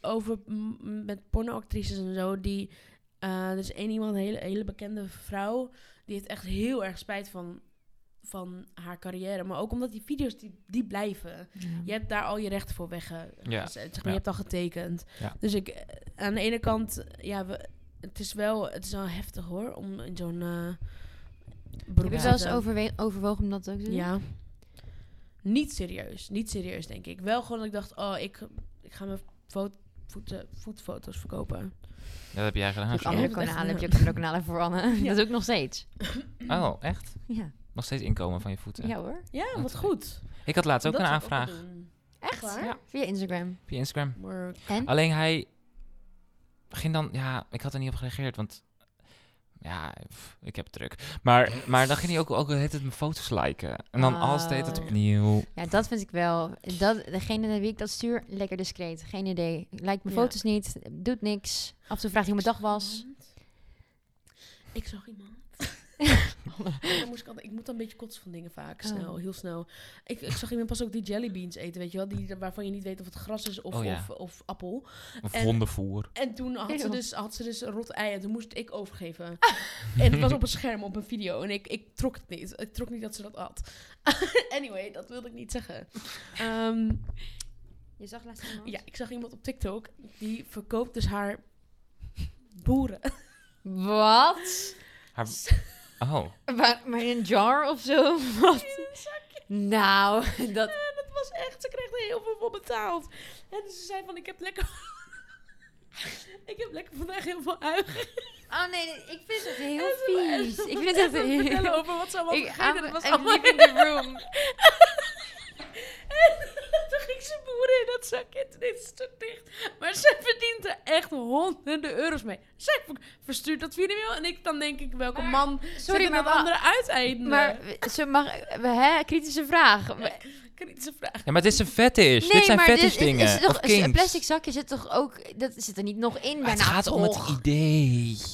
over m- m- met pornoactrices en zo, die, eh, er is één iemand, een hele, hele bekende vrouw, die heeft echt heel erg spijt van, van haar carrière. Maar ook omdat die video's, die, die blijven. Je hebt daar al je rechten voor weggezet. Ja, dus Zeg maar, ja. Je hebt al getekend. Ja. Dus ik, eh, aan de ene kant, ja, we, het is wel, het is wel heftig hoor, om in zo'n eh Heb beroep je te wel eens zitten. overwe- overwogen om dat ook te doen? Ja. Niet serieus. Niet serieus, denk ik. Wel gewoon dat ik dacht, oh, ik, ik ga mijn voet, voeten, voetfoto's verkopen. Dat heb jij gedaan. Heb je ook andere Ja, dat is kanalen, echt- heb je ook andere kanalen voor Anne. <laughs> Ja. Dat is ook nog steeds. Oh, echt? Ja, Nog steeds inkomen van je voeten. ja hoor. Ja, Wat wat goed. Ik had laatst ook Dat een zou ik wel aanvraag doen. Echt? Waar? Ja. Via Instagram. via Instagram. Work. En? Alleen hij ging dan, ja, ik had er niet op gereageerd, want ja, pff, ik heb het druk. Maar, maar dan ging hij ook, ook het mijn foto's liken. En dan alles deed het Oh. opnieuw. Ja, dat vind ik wel. Dat, degene naar wie ik dat stuur, lekker discreet. Geen idee. Lijkt mijn Ja. foto's niet, doet niks. Af en toe vraag je hoe mijn dag was. Ik zag iemand. <laughs> Dan moest ik, altijd, ik moet dan een beetje kotsen van dingen vaak. Snel, Oh. heel snel. Ik, ik zag iemand pas ook die jellybeans eten, weet je wel. Die, waarvan je niet weet of het gras is of, Oh ja. of, of appel. Of En- hondenvoer. En toen had ze, Eeuw. dus, had ze dus een rot ei en toen moest ik overgeven. en het was op een scherm, op een video. En ik, ik trok het niet. Ik trok niet dat ze dat had. <laughs> anyway, dat wilde ik niet zeggen. Ehm, Je zag laatst iemand? ja, ik zag iemand op TikTok. Die verkoopt dus haar boeren. Wat? Haar- Oh, Maar, maar in een jar of zo? <laughs> Wat? in een zakje. Nou, dat... En dat was echt, ze kreeg er heel veel voor betaald. En ze zei van, ik heb lekker... <laughs> ik heb lekker vandaag heel veel uigen. Oh nee, ik vind het heel En ze- en vies. ze Ik was <laughs> vind het echt aan het vertellen heel... over wat ze allemaal Ik- gegeten. I'm- Dat was I'm allemaal <laughs> leaving the room. en <laughs> toen ging ze boeren in dat zakje. Toen deed ze het stuk dicht. Maar ze verdient er echt honderden euro's mee. Zij ver- verstuurt dat video. En ik dan denk ik, welke Maar- man Sorry, maar... dat wa- andere uiteinde? Maar ze mag... Hè, kritische vraag. Eh, Kritische vraag. ja, maar dit is een fetish. Dus dit zijn dit fetish is- dingen. Is, toch, of is- een kinks. plastic zakje zit toch ook... Dat zit er niet nog in Maar bijna. het gaat om het toch? idee. <laughs>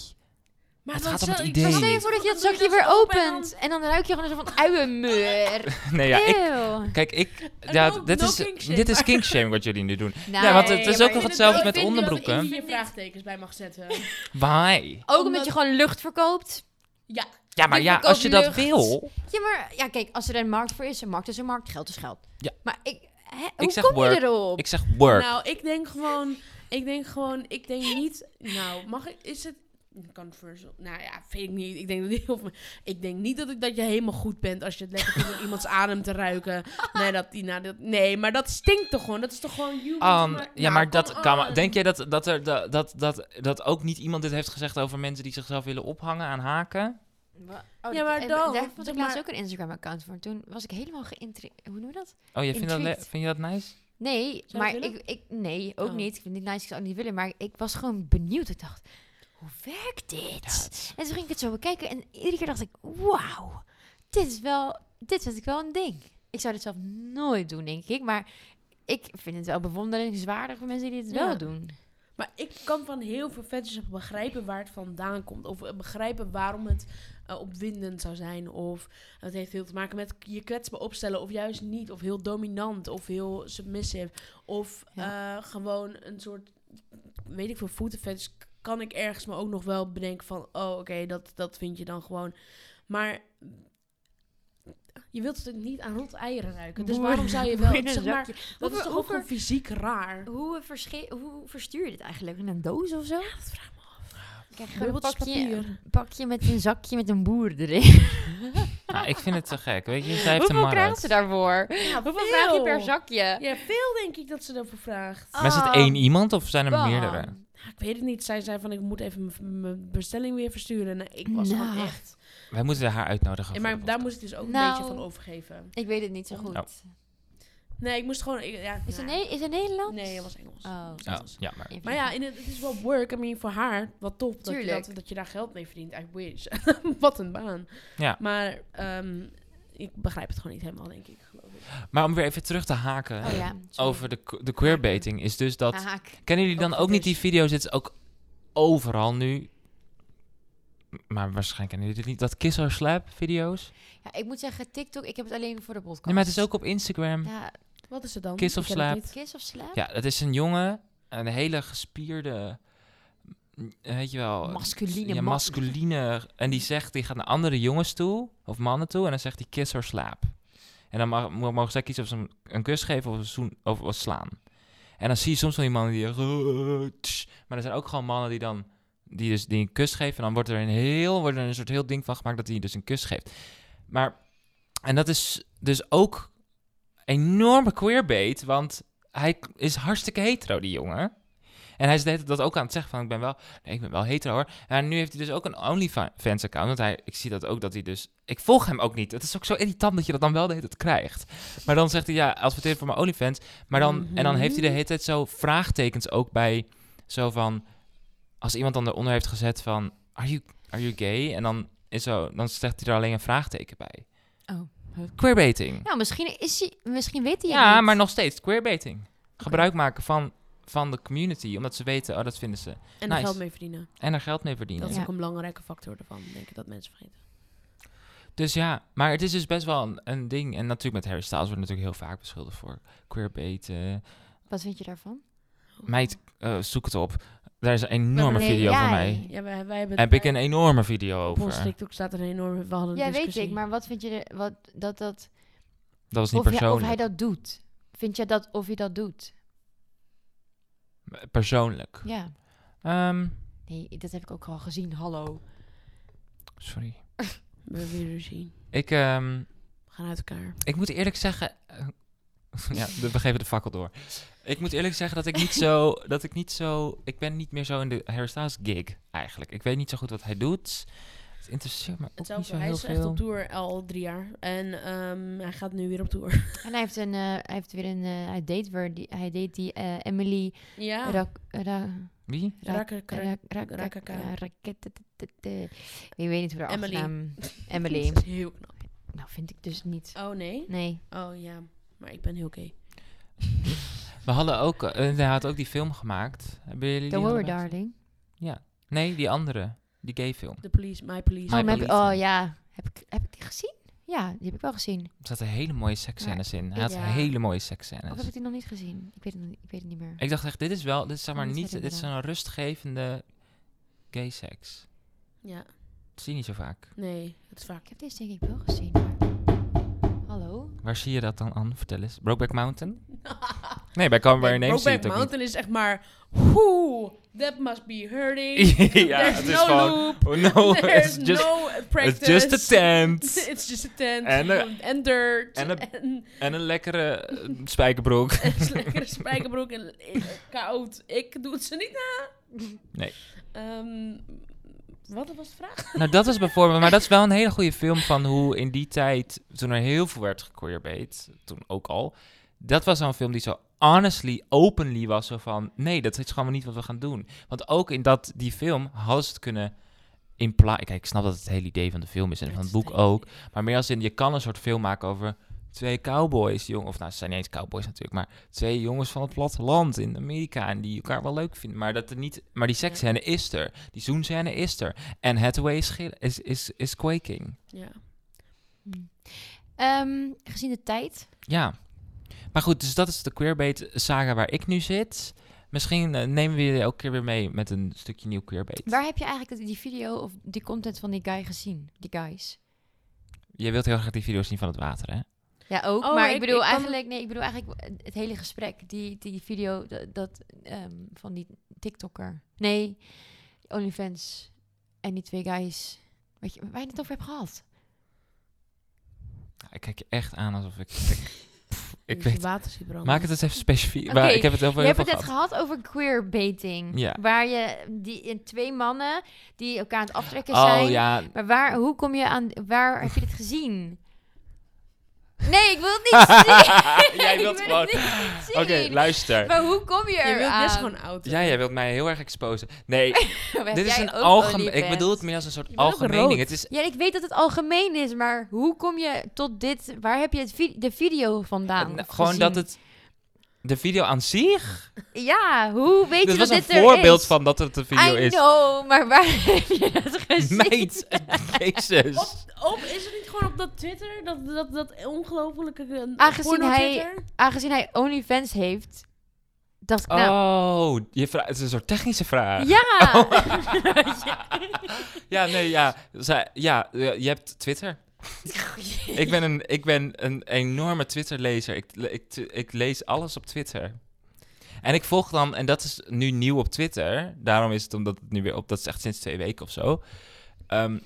Maar Het dan gaat om het zou- idee. Maar Nee. stel je voor dat je dat zakje weer opent en dan ruik je gewoon een soort van uienmeur. Nee, ja, ik... Ew. Kijk, ik... En Ja, no- dit, no is, kinkshaming. dit is kinkshaming wat jullie nu doen. Nee, ja, want het is maar ik ook vind nog hetzelfde het met wel- ik vind het wel- onderbroeken. Ik ik je vind dit- vraagtjes bij mag zetten. Why? Ook omdat je gewoon lucht verkoopt. Ja. Ja, maar Je ja, als je verkoopt dat lucht. wil... Ja, maar ja, kijk, als er een markt voor is, een markt is een markt, geld is geld. Ja. Maar ik, hè, Ik hoe zeg kom work. je erop? Ik zeg work. Nou, ik denk gewoon... Ik denk gewoon... Ik denk niet... Nou, mag ik... Is het... Controversial. Nou ja, weet ik niet. Ik denk, dat heel veel- ik denk niet dat, ik, dat je helemaal goed bent als je het lekker vindt om iemands adem te ruiken. Nee, dat, die, nou, dat, nee, maar dat stinkt toch gewoon? Dat is toch gewoon <laughs> human? An, maar- Ehm, ja, nou, maar dat come kan. on. eh, maar- Denk jij dat, dat, er, dat, dat, dat, dat ook niet iemand dit heeft gezegd over mensen die zichzelf willen ophangen aan haken? Oh, Ja, maar eh, dan- Daar vond ik maar- laatst ook een Instagram-account voor. Toen was ik helemaal geïnteresseerd. Hoe noem je dat? Oh, jij vindt dat, le- Intrigued. vind je dat nice? Nee, je maar het ik, willen? ik, nee, ook Oh. niet. Ik vind het niet nice, ik zou het niet willen. Maar ik was gewoon benieuwd. Ik dacht, hoe werkt dit? En toen ging ik het zo bekijken. En iedere keer dacht ik, wauw, dit is wel, dit vind ik wel een ding. Ik zou dit zelf nooit doen, denk ik. Maar ik vind het wel bewonderingswaardig voor mensen die dit Ja. wel doen. Maar ik kan van heel veel fetishes begrijpen waar het vandaan komt. Of eh, begrijpen waarom het eh, opwindend zou zijn. Of het heeft heel te maken met je kwetsbaar opstellen. Of juist niet. Of heel dominant. Of heel submissive. Of eh, gewoon een soort, weet ik veel, voetenfetish. k- Kan ik ergens maar ook nog wel bedenken van... Oh, oké, dat, dat vind je dan gewoon. Maar... Je wilt natuurlijk niet aan rot eieren ruiken. Dus Boeren- waarom zou <laughs> je wel... Zeg maar, boerenzakje. dat is Hoeveel- toch ook gewoon hoeveel- fysiek raar? Hoe, versche- hoe verstuur je dit eigenlijk? In een doos of zo? Ja, dat vraag me af. Krijg je gewoon een Bubbeltjes pakje, papier. pakje met een zakje met een boer erin. Nou, ik vind het te gek. Weet je, zij heeft <laughs> een Hoeveel krijgen markt. ze daarvoor? Ja, Hoeveel vraag je per veel. zakje? Ja, veel denk ik dat ze daarvoor vraagt. Maar is het Ah, één iemand of zijn er bam. meerdere? Ja, ik weet het niet. Zij zei van, ik moet even mijn- mijn bestelling weer versturen. Nou, ik was Nou. gewoon echt... Wij moeten haar uitnodigen. En voor de maar daar podcast. moest ik dus ook Nou. een beetje van overgeven. Ik weet het niet zo goed. Oh. Nee, ik moest gewoon... ik- ja, Is, het nou ja. nee, is het Nederlands? Nee, dat was Engels. Oh. Oh, ja, maar Maar ja, in het, het is wel work. I mean, voor haar, wat top. Dat je, Tuurlijk. dat, dat je daar geld mee verdient. I wish. <laughs> wat een baan. Ja. Maar ehm, ik begrijp het gewoon niet helemaal, denk ik. Geloof ik. Maar om weer even terug te haken Oh ja. Ehm, over de, de queerbaiting, is dus dat... haak. Kennen jullie dan Ook ook niet die dus. video's? Dit is ook overal nu. Maar waarschijnlijk kennen jullie dit niet. Dat Kiss or Slap video's. Ja, ik moet zeggen, TikTok, ik heb het alleen voor de podcast. Nee, maar het is ook op Instagram. Ja, Ja, Wat is het dan? Kiss of Ik ken het slap. niet. kiss of slap? dat is een jongen. Een hele gespierde... mm, Weet je wel... Masculine ja, man. masculine. En die zegt, die gaat naar andere jongens toe. Of mannen toe. En dan zegt hij kiss or slaap. En dan mag, mo- mogen zij kiezen of ze hem een kus geven of een zoen of, of slaan. En dan zie je soms wel die mannen die... echt, "Eh, tss." Maar er zijn ook gewoon mannen die dan... Die, dus, die een kus geven. En dan wordt er een heel... Wordt er een soort heel ding van gemaakt dat hij dus een kus geeft. Maar... En dat is dus ook enorme queerbait. Want hij is hartstikke hetero, die jongen. En hij is de hele tijd dat ook aan het zeggen van... Ik ben wel Nee, ik ben wel hetero hoor. En nu heeft hij dus ook een OnlyFans account. Want hij, ik zie dat ook dat hij dus... Ik volg hem ook niet. Het is ook zo irritant dat je dat dan wel de hele tijd krijgt. Maar dan zegt hij, ja, adverteer voor mijn OnlyFans. Maar dan, En dan heeft hij de hele tijd zo vraagtekens ook bij... Zo van... Als iemand dan eronder heeft gezet van... Are you, are you gay? En dan, is zo, dan zegt hij er alleen een vraagteken bij. Oh. Queerbaiting. Nou, misschien, is hij, misschien weet hij het Ja, niet. maar nog steeds queerbaiting. Gebruik maken van, van de community. Omdat ze weten, oh, dat vinden ze. En er Nice. geld mee verdienen. En er geld mee verdienen. Dat is Ja. ook een belangrijke factor ervan, denk ik, dat mensen vergeten. Dus ja, maar het is dus best wel een, een ding. En natuurlijk met Harry Styles wordt natuurlijk heel vaak beschuldigd voor queerbaiten. Wat vind je daarvan? Oh. Meid, eh, zoek het op. Daar is een enorme nee, video jij. van mij. Ja, wij, wij hebben... Heb ik een enorme video Op ons over. TikTok staat er een enorme... We hadden een Ja, weet discussie. ik, maar wat vind je er, wat, dat, dat, Dat is niet of, hij- of persoonlijk. hij dat doet? Vind jij dat of hij dat doet? Persoonlijk. Ja. Ehm, Nee, dat heb ik ook al gezien, hallo. sorry. We willen zien. Ik, ehm, We gaan uit elkaar. ik moet eerlijk zeggen... eh, <laughs> ja, we geven de fakkel door. Ik moet eerlijk zeggen dat ik niet zo... dat ik niet zo... Ik ben niet meer zo in de Harry Styles gig, eigenlijk. Ik weet niet zo goed wat hij doet. Het interesseert me ook niet Hetzelfde, zo hij heel is echt veel. op tour al drie jaar. En ehm, hij gaat nu weer op tour. En hij heeft, een, eh, hij heeft weer een, eh, hij date weer, die, hij date die eh, Emily Ja. Rak, Ra- Wie? Rakker, Ra- karak- Ra- Ra- Rakaka. Ra- Raketetetetete. Ik weet niet hoe haar Emily. <laughs> achternaam... Dat Emily. is Heel knap. Nou, vind ik dus niet. Oh nee? Nee. Oh ja. Maar ik ben heel gay. We hadden ook, eh, hij had ook die film gemaakt. Hebben jullie die Don't worry, allebei gezien? darling. Nee, die andere. Die gay film. The police, my police. My Oh, maar heb- Police. oh ja, heb ik, heb ik die gezien? Ja, die heb ik wel gezien. Er zaten hele mooie seksscènes in. Hij had Ja. hele mooie Of heb seksscènes. ik die nog niet gezien? Ik weet het, nog niet- ik weet het niet meer. Ik dacht echt, dit is wel, dit is zeg Oh, maar dit niet, weet ik dit is wel. zo'n rustgevende gay seks. Ja. Dat zie je niet zo vaak. Nee, het is vaak. <laughs> Ik heb deze denk ik wel gezien. maar- Hallo? Waar zie je dat dan aan? Vertel eens. Brokeback Mountain? Nee, bij Come By Your Name zie je Brokeback het ook Mountain is echt maar... Whoo, that must be hurting. niet. ja, There's het is no gewoon... loop. Oh no, <laughs> <laughs> There's it's just, no it's practice. just a tent. <laughs> it's just a tent. En een- en dirt. en En, een- en, en een lekkere eh, spijkerbroek. <laughs> <laughs> een lekkere spijkerbroek en ik- koud. Ik doe het ze niet na. Nee. Ehm, wat was de vraag? Nou, dat is bijvoorbeeld, maar dat is wel een hele goede film van hoe in die tijd, toen er heel veel werd gequeerbait, toen ook al, dat was zo'n film die zo honestly, openly was, zo van, nee, dat is gewoon niet wat we gaan doen. Want ook in dat, die film hadden ze het kunnen implieren, kijk, ik snap dat het hele idee van de film is en van het boek ook, maar meer als in, je kan een soort film maken over twee cowboys, jong, of nou, ze zijn niet eens cowboys natuurlijk, maar twee jongens van het platteland in Amerika en die elkaar wel leuk vinden, maar dat er niet, maar die seksscène is er, die zoenscène is er, en Hathaway is, gil- is, is, is quaking. Ja. Hm. Ehm, gezien de tijd. Ja. Maar goed, dus dat is de queerbait-saga waar ik nu zit. Misschien eh, nemen we jullie elke keer weer mee met een stukje nieuw queerbait. Waar heb je eigenlijk die video of die content van die guy gezien? Die guys. Je wilt heel graag die video's zien van het water, hè? Nou, Ja, ook. Oh, maar ik, ik- bedoel ik kan- eigenlijk, nee, ik bedoel eigenlijk eh, het hele gesprek. Die, die video dat, dat, ehm, van die TikToker. Nee, OnlyFans en die twee guys. Weet je, waar je het over hebt gehad. Ja, ik kijk je echt aan alsof <laughs> ik... ik, pff, ik Dus weet... water zit branden. Maak het eens even specifiek. Oké, maar ik heb het heel We veel heel hebben veel het net gehad. gehad over queerbaiting. Ja. Waar je die, in twee mannen die elkaar aan het aftrekken Oh zijn. ja, <laughs> Maar waar, hoe kom je aan, waar heb je dit gezien? Nee, ik wil het niet <laughs> zien. <laughs> Jij Ik wilt wil gewoon- het niet zien. Oké, luister. Maar hoe kom je Je er wilt aan? best gewoon oud. Ja, jij wilt mij heel erg exposen. Nee, dit is Oh, een algemeen... algemeen. Ik bedoel het meer als een soort Je bent ook algemeen rood. ding. Het is Ja, ik weet dat het algemeen is, maar hoe kom je tot dit? Waar heb je het vi- de video vandaan? nou, of gewoon dat gezien? het... De video aan zich? Ja, hoe weet Dit je dat was een dit er is? voorbeeld van dat het een video I is. know, maar waar <laughs> heb je dat gezien? <laughs> Meid, jezus. Op, is het niet gewoon op dat Twitter? Dat, dat, dat ongelofelijke... eh, Aangezien porno hij- Twitter? Aangezien hij OnlyFans heeft, dacht ik nou... Oh, je vra- het is een soort technische vraag. Ja! <laughs> Oh. Ja, nee, ja. Zij- ja, eh, je hebt Twitter. ik, ben een, ik ben een enorme Twitter-lezer. Ik, le- ik, t- ik lees alles op Twitter. En ik volg dan, en dat is nu nieuw op Twitter. Daarom is het omdat het nu weer op, dat is echt sinds twee weken of zo. Ehm,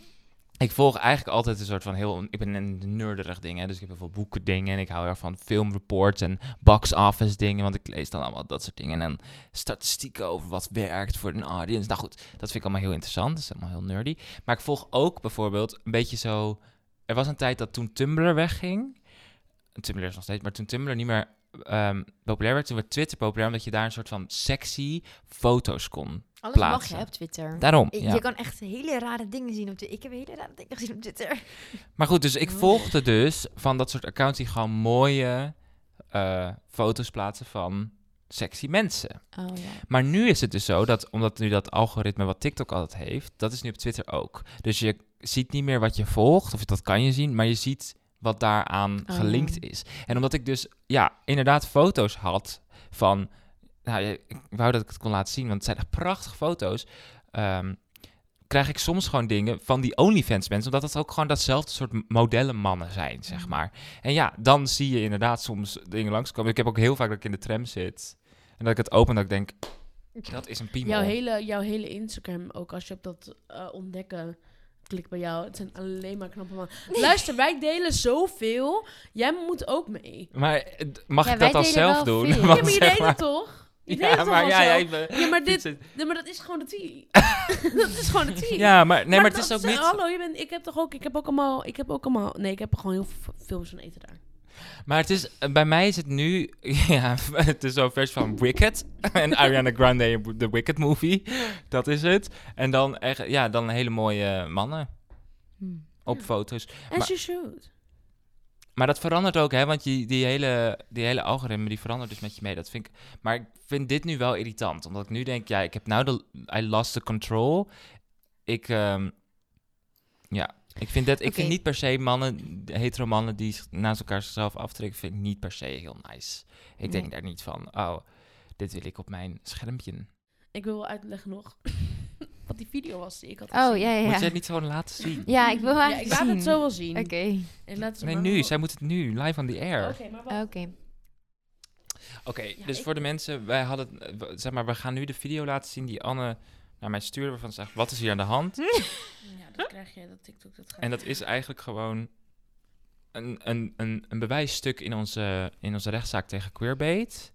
ik volg eigenlijk altijd een soort van heel, ik ben een nerderig ding. Hè? Dus ik heb heel veel boeken dingen en ik hou heel erg van filmreports en box office dingen. Want ik lees dan allemaal dat soort dingen. En statistieken over wat werkt voor een audience. Nou goed, dat vind ik allemaal heel interessant. Dat is allemaal heel nerdy. Maar ik volg ook bijvoorbeeld een beetje zo. Er was een tijd dat toen Tumblr wegging. Tumblr is nog steeds, maar toen Tumblr niet meer ehm, populair werd, toen werd Twitter populair omdat je daar een soort van sexy foto's kon. Alles mag plaatsen. je op Twitter. Daarom. Ik- ja. Je kan echt hele rare dingen zien op Twitter. Ik heb hele rare dingen gezien op Twitter. Maar goed, dus ik Mm. volgde dus van dat soort accounts die gewoon mooie eh, foto's plaatsen van sexy mensen. Oh ja. Maar nu is het dus zo dat, omdat nu dat algoritme wat TikTok altijd heeft, dat is nu op Twitter ook. Dus je ziet niet meer wat je volgt, of dat kan je zien, maar je ziet wat daaraan ja. gelinkt is. En omdat ik dus, ja, inderdaad foto's had van, nou, je- ik wou dat ik het kon laten zien, want het zijn echt prachtige foto's. ehm, krijg ik soms gewoon dingen van die OnlyFans mensen, omdat dat ook gewoon datzelfde soort modellenmannen zijn, zeg maar. En ja, dan zie je inderdaad soms dingen langskomen. Ik heb ook heel vaak dat ik in de tram zit en dat ik het open dat ik denk, dat is een piemel. Jouw hele, jouw hele Instagram, ook als je op dat eh, ontdekken klikt bij jou. Het zijn alleen maar knappe mannen. Luister, wij delen zoveel. Jij moet ook mee. Maar eh, d- mag Ja, ik dat wij dan delen zelf wel doen? veel. <laughs> Want ja, maar je zeg deed maar- het toch? Je deed het Ja, toch maar al ja, zelf? jij bent- Ja, maar, dit, dit is- ja, maar dat is gewoon de tea. <laughs> dat is gewoon de tea. Ja, maar nee, maar het is dat ook niet. Hallo, je bent, ik heb toch ook, ik heb ook allemaal, ik heb ook allemaal, nee, ik heb gewoon heel veel films van eten daar. Maar het is eh, bij mij is het nu, <laughs> ja, het is zo'n vers van Wicked <laughs> en Ariana Grande in de Wicked movie, dat is het. En dan echt, ja, dan hele mooie mannen Hm. op foto's. En Maar- je shoot. Maar dat verandert ook, hè? Want die, die, hele, die hele algoritme die verandert dus met je mee. Dat vind ik, maar ik vind dit nu wel irritant. Omdat ik nu denk, ja, ik heb nou de. I lost the control. Ik. ehm, ja, ik vind dat. Ik Oké. vind niet per se mannen, hetero mannen die zich naast elkaar zichzelf aftrekken, vind ik niet per se heel nice. Ik denk Nee. daar niet van. Oh, dit wil ik op mijn schermpje. Ik wil wel uitleggen nog <laughs> wat die video was die ik had Oh, gezien. ja, ja, Moet je ja. het niet gewoon laten <laughs> zien? Ja, ik wil Ja, eigenlijk ik laat het zien. zo wel zien. Oké, Ik laat het Nee, maar nu. wel- Zij moet het nu, live on the air. Oké, Oké, maar oké. wacht. Ja, dus ik- voor de mensen, wij hadden, eh, w- zeg maar, we gaan nu de video laten zien die Anne naar mij stuurde, waarvan ze zegt, wat is hier aan de hand? Ja, dan krijg je dat TikTok. Dat gaat. En dat is eigenlijk gewoon een, een, een, een bewijsstuk in onze, in onze rechtszaak tegen Queerbait.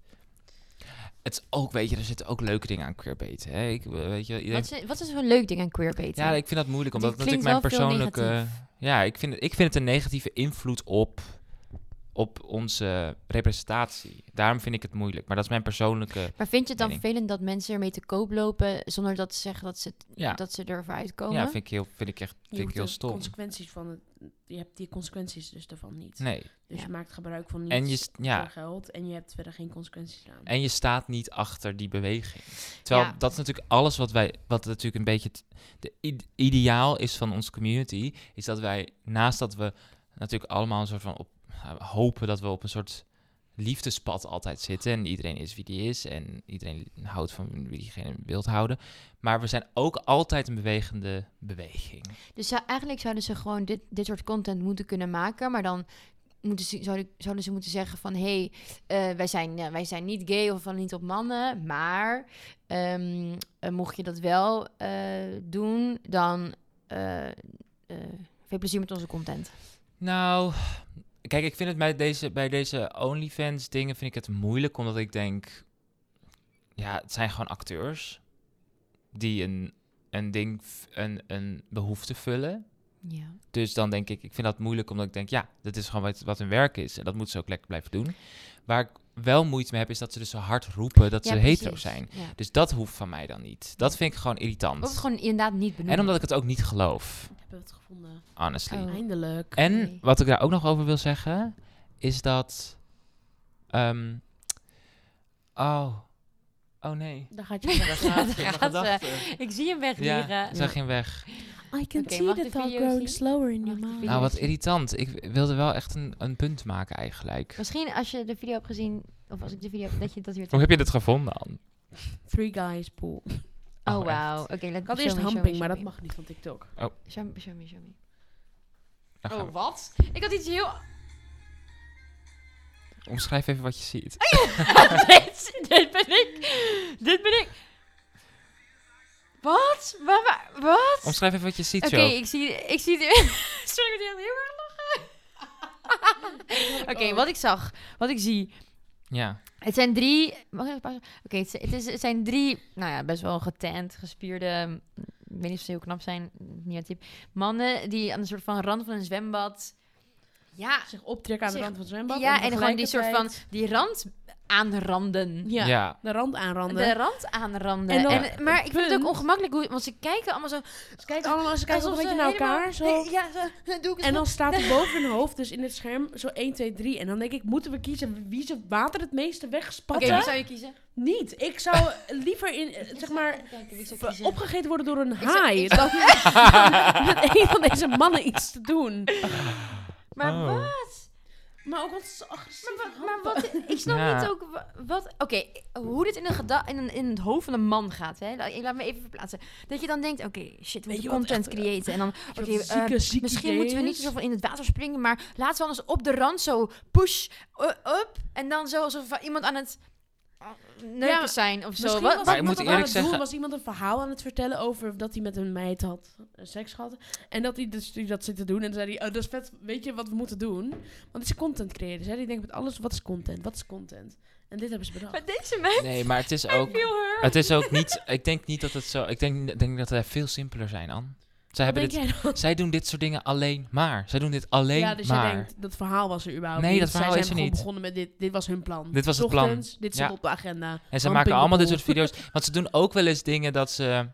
Het is ook, weet je, er zitten ook leuke dingen aan Queerbait. Hè? Ik, eh, weet je, iedereen... Wat, is, wat is zo'n leuk ding aan queerbaiting? Ja, ik vind dat moeilijk, omdat het Die natuurlijk mijn klinkt wel veel persoonlijke... Ja, ik vind, het- ik vind het een negatieve invloed op, op onze representatie. Daarom vind ik het moeilijk, maar dat is mijn persoonlijke... Maar vind je het dan mening. vervelend dat mensen ermee te koop lopen zonder dat ze zeggen dat ze, Ja. dat ze ervoor uitkomen? Ja, vind ik, heel, vind ik echt Je vind ik hoeft heel de stom. consequenties van het, je hebt die consequenties dus daarvan niet. Nee. Dus Ja. je maakt gebruik van niets En je, st- ja, voor geld en je hebt verder geen consequenties aan. en je staat niet achter die beweging. Terwijl Ja. dat is natuurlijk alles wat wij, wat natuurlijk een beetje het de id- ideaal is van onze community, is dat wij naast dat we natuurlijk allemaal een soort van op, eh, hopen dat we op een soort liefdespad altijd zitten en iedereen is wie die is en iedereen houdt van wie diegene wilt houden, maar we zijn ook altijd een bewegende beweging. Dus zou- eigenlijk zouden ze gewoon dit, dit soort content moeten kunnen maken, maar dan moeten ze, zouden, zouden ze moeten zeggen van hé, hey, eh, wij, zijn, eh, wij zijn niet gay of van niet op mannen, maar ehm, eh, mocht je dat wel eh, doen, dan eh, eh, veel plezier met onze content. Nou, kijk, ik vind het bij deze, bij deze OnlyFans dingen vind ik het moeilijk, omdat ik denk, ja, het zijn gewoon acteurs die een, een ding, v- een, een behoefte vullen. Ja. Dus dan denk ik, ik vind dat moeilijk, omdat ik denk, ja, dat is gewoon wat, wat hun werk is. En dat moet ze ook lekker blijven doen. Waar ik wel moeite mee heb, is dat ze dus zo hard roepen dat Ja, ze hetero precies. zijn. Ja. Dus dat hoeft van mij dan niet. Dat vind ik gewoon irritant. Of het gewoon inderdaad niet benoemen. En omdat ik het ook niet geloof, Hebben we het gevonden? honestly. Oh. Eindelijk. En wat ik daar ook nog over wil zeggen, is dat... ehm, oh, oh nee. Daar gaat je. Daar gaat Daar je. gaat ze. Ik zie hem wegwieren. Ja, zij ging weg. I can Oké, see mag the de thought video growing zien? slower in Mag your de mouth. video? Nou, wat irritant. Ik wilde wel echt een, een punt maken eigenlijk. Misschien als je de video hebt gezien, of als ik de video heb, dat je dat weer... Hoe heb je dit gevonden dan? Three guys pool. Oh, Oh, wauw. Oké, let Ik had eerst humping, maar dat mag niet van TikTok. Show me, show me, show me. Dan gaan we- wat? Ik had iets heel... Omschrijf even wat je ziet. <laughs> dit, dit ben ik. Dit ben ik. Wat? Waar, waar- wat? Omschrijf even wat je ziet, Oké, Jo. ik zie... Ik zie <laughs> Sorry, ik moet heel erg lachen. Oké, wat ik zag. Wat ik zie. Ja. Het zijn drie. Mag ik even pauze? Oké, het, zi- het is, het zijn drie. Nou ja, best wel getant, gespierde. mm, Ik weet niet of ze heel knap zijn. Niet mijn type. Mannen die aan een soort van rand van een zwembad. Ja, Zich optrekken aan de Zich- rand van het zwembad. ja en gewoon die soort van. tegelijkertijd- die rand aanranden. Ja. Ja, de rand aanranden. De rand aanranden. En dan En- maar ik vind het ook punt. ongemakkelijk hoe. Want ze kijken allemaal zo. Ze kijken Allemaal, ze kijken alsof een ze beetje naar elkaar. helemaal- zo. Nee, ja, zo. <laughs> Doe ik het En zo. dan staat <laughs> er boven hun hoofd, dus in het scherm, zo 1, 2, 3. En dan denk ik, moeten we kiezen wie ze water het meeste Oké, wegspatten? wie zou je kiezen? Niet. Ik zou liever in, eh, zeg maar, Kijken, wie zou ik v- kiezen? opgegeten worden door een Ik zou- haai. ik Dan zou- <laughs> <laughs> met een van deze mannen iets te doen. Maar Oh. wat? Maar ook wat zo agressief. Maar, wa- maar wat? <laughs> Ik snap Ja. niet ook wa- wat. Oké, hoe dit in, een geda- in, een- in het hoofd van een man gaat. Hè? Laat, laat me even verplaatsen. Dat je dan denkt: oké, shit, we Weet moeten je wat content echt- eh, creëren. En dan, oké, Wat een eh, zieke, zieke misschien idee moeten we niet is. zo in het water springen, maar laten we anders op de rand zo push eh, up. En dan zo alsof we iemand aan het eh, neuken Ja, zijn of zo. Misschien Wat, Maar was wat- ik iemand moet dat aan eerlijk het doen, zeggen- was iemand een verhaal aan het vertellen over dat hij met een meid had eh, seks gehad. En dat hij dus, die dat zit te doen. En toen zei hij, oh, dat is vet, weet je wat we moeten doen? Want het is content creëren. Zij die denkt met alles, wat is content? Wat is content? En dit hebben ze bedacht. Maar deze meid, Nee, maar het is ook... feel her. Het is ook niet... Ik denk niet dat het zo... Ik denk, denk dat wij veel simpeler zijn, Anne. Zij, hebben Denk dit, jij dan? zij doen dit soort dingen alleen maar. Zij doen dit alleen Ja, dus je maar. denkt, dat verhaal was er überhaupt Nee, niet. dat verhaal Zij is er zijn gewoon niet. begonnen met dit. Dit was hun plan. Dit was het plan. Ochtends, Dit stond Ja. op de agenda. En ze Van maken allemaal dit soort Pinkelpoel. video's. Want ze doen ook wel eens dingen dat ze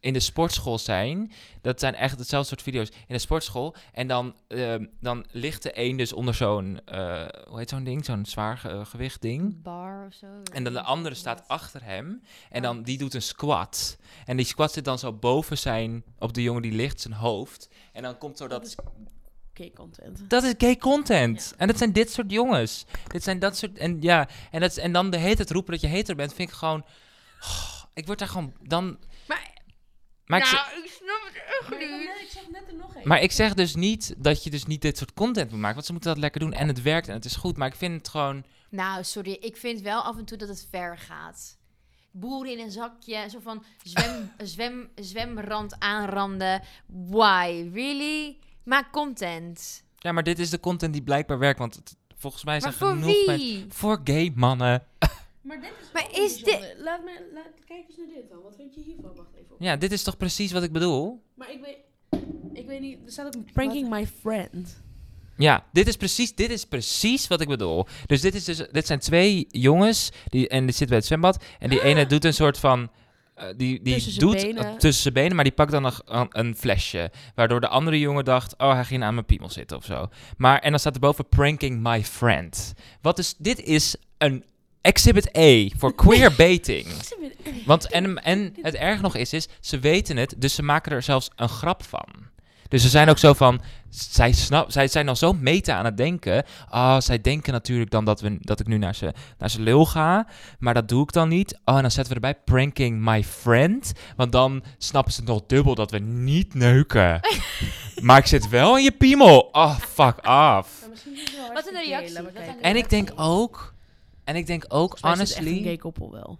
in de sportschool zijn. Dat zijn echt hetzelfde soort video's in de sportschool. En dan, ehm, dan ligt de een dus onder zo'n, eh, hoe heet zo'n ding? Zo'n zwaar ge- gewicht ding. bar of zo. En dan de andere staat achter hem. En Oh. dan die doet een squat. En die squat zit dan zo boven zijn, op de jongen die ligt, zijn hoofd. En dan komt zo Dat dat... is gay content. Dat is gay content. En dat zijn dit soort jongens. Dit zijn dat soort... En, ja, en, dat, is- en dan de hele tijd roepen dat je hater bent, vind ik gewoon... oh, ik word daar gewoon... Dan... Maar- Maar ik, zeg, Nou, ik snap het echt niet. Ik zag net er nog één. maar ik zeg dus niet dat je dus niet dit soort content moet maken. Want ze moeten dat lekker doen. En het werkt en het is goed. Maar ik vind het gewoon... Nou, sorry, ik vind wel af en toe dat het ver gaat. Boeren in een zakje, een soort van zwem, <laughs> zwem, zwemrand aanranden. Why? Really? Maak content. Ja, maar dit is de content die blijkbaar werkt. Want het- volgens mij zijn Maar voor genoeg mensen... wie? Voor gay mannen. Maar dit is... Maar is dit... Laat me... Laat, kijk eens naar dit dan. Wat vind je hiervan? Wacht even. Ja, dit is toch precies wat ik bedoel? Maar ik weet... Ik weet niet... Er staat ook... Pranking my friend. Ja, dit is precies, dit is precies wat ik bedoel. Dus dit, is dus dit zijn twee jongens die, en die zitten bij het zwembad. En die ene doet een soort van. eh, die die Ah. Tussen zijn doet benen. eh, tussen zijn benen, maar die pakt dan nog een, een flesje. Waardoor de andere jongen dacht: oh, hij ging aan mijn piemel zitten of zo. Maar, en dan staat erboven: pranking my friend. Wat is, dit is een exhibit A voor <laughs> queerbaiting. Ze willen- Want en, en het erg nog is, is, ze weten het, dus ze maken er zelfs een grap van. Dus ze zijn ook zo van, zij, snap, zij zijn al zo meta aan het denken. Ah, zij denken natuurlijk dan dat, we, dat ik nu naar ze, naar ze lul ga, maar dat doe ik dan niet. Oh, en dan zetten we erbij pranking my friend, want dan snappen ze nog dubbel dat we niet <laughs> neuken. maar ik zit wel in je piemel. Oh, fuck af. Maar misschien is het wel Wat een hartstikke reactie, gay. wat Laat maar een kijken. En ik denk ook, en ik denk ook, Volgens mij is het echt een honestly... gay koppel wel.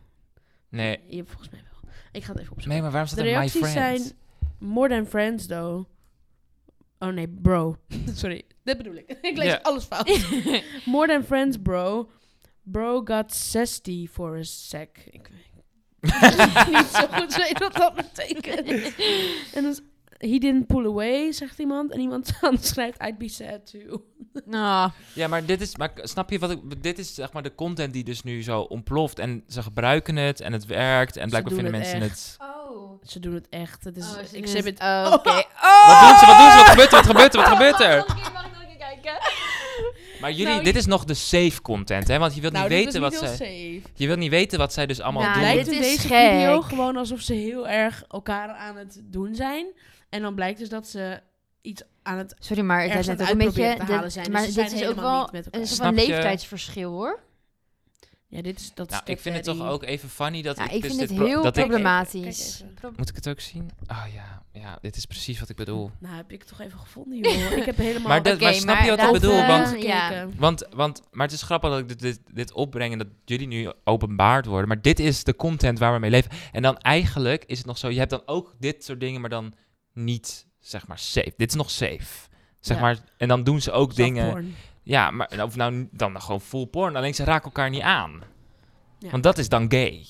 Nee, Je hebt volgens mij wel. Ik ga het even opzoeken. nee, maar waarom staat De er my reacties friend? zijn more than friends, though. Oh nee, bro. <laughs> Sorry, dat bedoel ik. <laughs> ik lees Ja. alles fout. <laughs> more than friends, bro. Bro got zesty for a sec. <laughs> Ik weet niet zo goed weet wat dat betekent. en dus He didn't pull away, zegt iemand. En iemand <laughs> anders schrijft, I'd be sad too. Nou, Ja, maar dit is, maar snap je wat ik, dit is zeg maar de content die dus nu zo ontploft en ze gebruiken het en het werkt en blijkbaar doen vinden het mensen echt. het. oh. Ze doen het echt. Het is ze doen exhibit... het- oh, <laughs> Oké. Wat doen ze? Wat doen ze? Wat gebeurt er? Wat gebeurt er? Nog Wat gebeurt er? Oh, een keer, mag ik nog een keer kijken? Maar jullie, Nou, dit is nog de safe content, hè? Want je wilt Nou, niet dit weten is wat niet heel zij, safe. je wilt niet weten wat zij dus allemaal Nou, Het doen. lijkt dit in is deze gek. video gewoon alsof ze heel erg elkaar aan het doen zijn. En dan blijkt dus dat ze iets aan het... Sorry, maar het Ergens lijkt net aan ook een het beetje... uitproberen te dit- halen zijn, dus maar ze dit zijn is ook helemaal niet wel met elkaar. een soort Snap van je? leeftijdsverschil, hoor. Ja, dit is... Dat is Nou, ik vind het stepdaddy. toch ook even funny dat Ja, ik, ik dus vind dit het pro- heel dat ik- problematisch. Kijk even. moet ik het ook zien? Ah ja, ja, dit is precies wat ik bedoel. Nou, heb ik toch even <laughs> gevonden, joh. Ik heb helemaal... Maar dat- Oké, snap je wat ik dat, bedoel? eh, Want- ja. Want, want, maar het is grappig dat ik dit, dit, dit opbreng en dat jullie nu openbaard worden. Maar dit is de content waar we mee leven. En dan eigenlijk is het nog zo, je hebt dan ook dit soort dingen, maar dan niet, zeg maar, safe. Dit is nog safe. Zeg Ja. maar, en dan doen ze ook dingen. Softporn. Ja, maar of nou dan gewoon full porn. Alleen ze raken elkaar niet aan. Ja. Want dat is dan gay.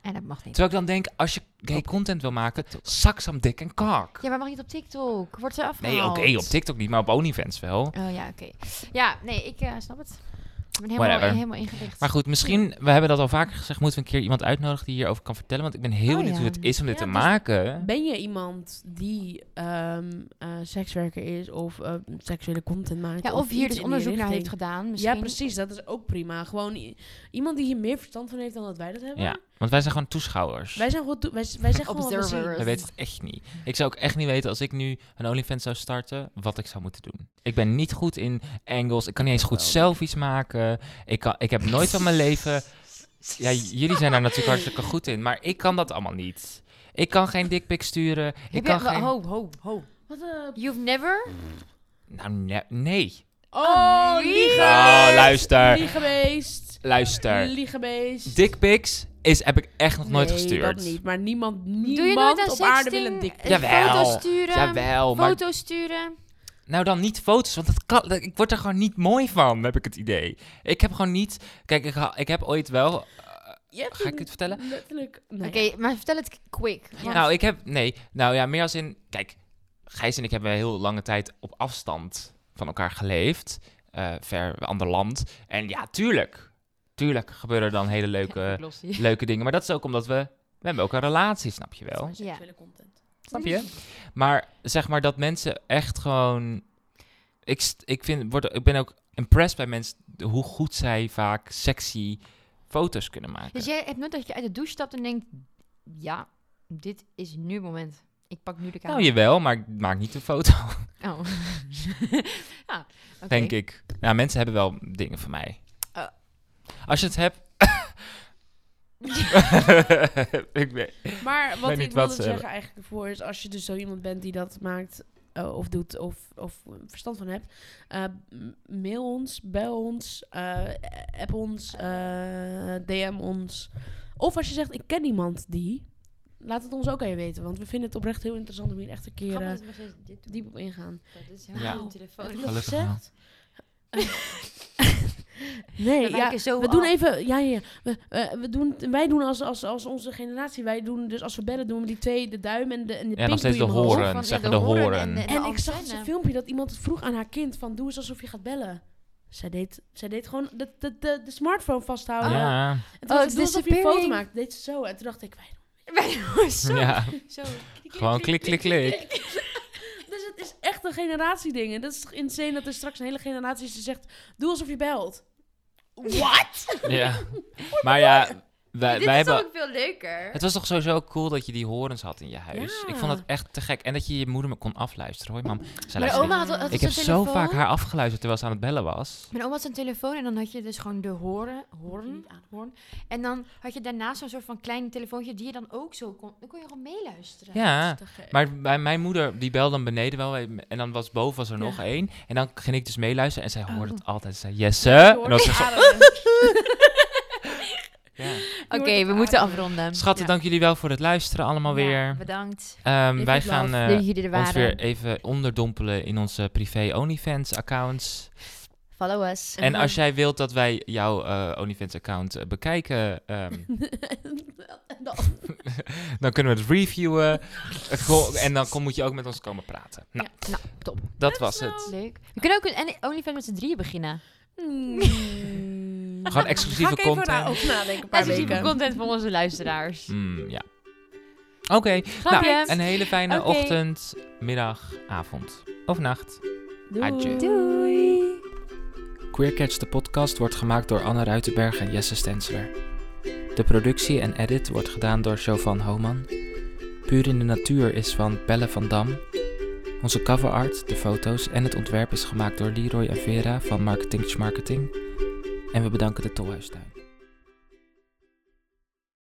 En dat mag niet. Terwijl ik dan denk, als je gay content wil maken, zak ze om dik en kaak. Ja, maar mag niet op TikTok? Wordt ze afgehaald? Nee, oké, op TikTok niet, maar op OnlyFans wel. Oh ja, oké. Ja, nee, ik eh, snap het. Ik ben helemaal, Whatever. helemaal ingelicht. Maar goed, misschien, we hebben dat al vaker gezegd, moeten we een keer iemand uitnodigen die hierover kan vertellen. Want ik ben heel Oh, benieuwd ja. hoe het is om dit Ja, te dus- maken. Ben je iemand die ehm, eh, sekswerker is of eh, seksuele content maakt? ja, of hier iets dus in die onderzoek naar heeft richting? gedaan. Misschien. Ja, precies. Dat is ook prima. Gewoon i- iemand die hier meer verstand van heeft dan dat wij dat hebben. Ja, want wij zijn gewoon toeschouwers. Wij zijn gewoon... toe- Wij, wij zeggen gewoon wat we zien. Observers. Wij weten het echt niet. Ik zou ook echt niet weten als ik nu een OnlyFans zou starten, wat ik zou moeten doen. Ik ben niet goed in Engels. Ik kan niet eens goed selfies maken. Ik, kan, ik heb nooit van mijn leven. Ja, j- jullie zijn daar natuurlijk hartstikke goed in, maar ik kan dat allemaal niet. Ik kan geen dickpic sturen. Ik Heb kan je, geen. Ho, ho, ho. Wat eh, een... You've never? Nou, ne- nee. Oh, liegen. Nou, luister. Liegebeest. Luister. Liegebeest. Dickpics is, heb ik echt nog nooit Nee, gestuurd. dat niet. Maar niemand, Doe je nooit niemand aan op aarde wil een sexting? dik. Eh, Jawel. Foto's sturen. Jawel, maar Foto's sturen. Nou, dan niet foto's, want dat kan, dat- ik word er gewoon niet mooi van, heb ik het idee. Ik heb gewoon niet... Kijk, ik, ha- ik heb ooit wel... eh, Je hebt Ga ik een- het vertellen? Letterlijk. Oké, Nee. maar vertel het quick. want- Nou, ik heb... Nee, nou ja, meer als in... Kijk, Gijs en ik hebben heel lange tijd op afstand van elkaar geleefd. eh, ver, ander land. En ja, tuurlijk. Tuurlijk gebeuren er dan hele leuke, Glossy. leuke dingen. Maar dat is ook omdat we... We hebben ook een relatie, snap je wel? Ja. Seksuele content. Snap je? Maar zeg maar dat mensen echt gewoon. Ik, st- ik, vind, word, ik ben ook impressed bij mensen hoe goed zij vaak sexy foto's kunnen maken. <laughs> Dus jij hebt nooit dat je uit de douche stapt en denkt... Ja, dit is nu het moment. Ik pak nu de Nou, camera. jawel, maar ik maak niet een foto, Oh. <laughs> ja, oké. denk ik. Nou, mensen hebben wel dingen van mij. Oh. Als je het <laughs> hebt. ik weet. Maar wat weet ik niet wilde wat ze zeggen hebben. eigenlijk ervoor is... als je dus zo iemand bent die dat maakt eh, of doet of, of verstand van hebt... eh, m- mail ons, bel ons, eh, app ons, eh, DM ons. Of als je zegt, ik ken iemand die... laat het ons ook even weten. Want we vinden het oprecht heel interessant om hier echt een keer eh, diep op ingaan. Dit is heel Ja. goed, de telefoon. Heb ik Ja, nog Gelukkig gezegd? <laughs> nee, ja, zo we doen af. even, ja, ja, ja. We, eh, we doen, wij doen als, als, als onze generatie, wij doen, dus als we bellen, doen we die twee, de duim en de, en de Ja, nog pink steeds de doe je omhoog. horen. Van, ja, Zeggen de de horen horen. en de- En de ik zag dus antenne. <laughs> een filmpje dat iemand het vroeg aan haar kind van, doe eens alsof je gaat bellen. Zij deed, zij deed gewoon de, de, de, de smartphone vasthouden. Ja. En toen Oh, was het alsof je een foto disappearing. maakt. Deed ze zo. En toen dacht ik, wij <laughs> doen. zo, ja, zo. <laughs> gewoon klik, klik, klik. Dus het is echt een generatieding. En dat is toch insane dat er straks een hele generatie is die zegt, doe alsof je belt. What? <laughs> Ja. Maar ja, wij, Dit wij is hebben. toch ook veel leuker. Het was toch sowieso cool dat je die horens had in je huis. Ja. Ik vond het echt te gek. En dat je je moeder me kon afluisteren. Hoi mam. Zij Mijn luisterde- oma had, had ik zo'n heb zo telefoon. vaak haar afgeluisterd terwijl ze aan het bellen was. Mijn oma had zijn telefoon en dan had je dus gewoon de horen, hoorn, hoorn. En dan had je daarnaast zo'n soort van klein telefoontje die je dan ook zo kon... Dan kon je gewoon meeluisteren. Ja. Te gek. Maar bij mijn moeder, die belde dan beneden wel. eh, En dan was boven was er nog één. En dan ging ik dus meeluisteren. En zij Oh. hoorde het altijd. Ze zei, Jesse. Je En hoort dan was ze zo- ademen. Ja. Oké, Je wordt we op moeten aarde. afronden. Schatten, dank jullie wel voor het luisteren allemaal Ja, weer. bedankt. Ehm, If wij it gaan love. eh, Dat jullie er ons waren. weer even onderdompelen in onze privé OnlyFans accounts. Follow us. <laughs> En als jij wilt dat wij jouw eh OnlyFans-account eh, bekijken, ehm, <laughs> dan kunnen we het reviewen. Het go- en dan kom, moet je ook met ons komen praten. Nou, Ja, nou, top. dat was het. Leuk. We kunnen ook een en- OnlyFans met z'n drieën beginnen. Hmm. Gewoon exclusieve Ga ik even content. daarover nadenken, een paar Exclusieve weken. content voor onze <laughs> luisteraars. Mm, ja. Oké, Grapje. nou, een hele fijne Oké. ochtend, middag, avond of nacht. Adieu. Doei. Queer Catch de podcast wordt gemaakt door Anne Ruitenberg en Jesse Stensler. De productie en edit wordt gedaan door Jovan Homan. Puur in de natuur is van Belle van Dam. Onze coverart, de foto's en het ontwerp is gemaakt door Leroy en Vera van Marketing Marketing. En we bedanken de Tolhuistuin.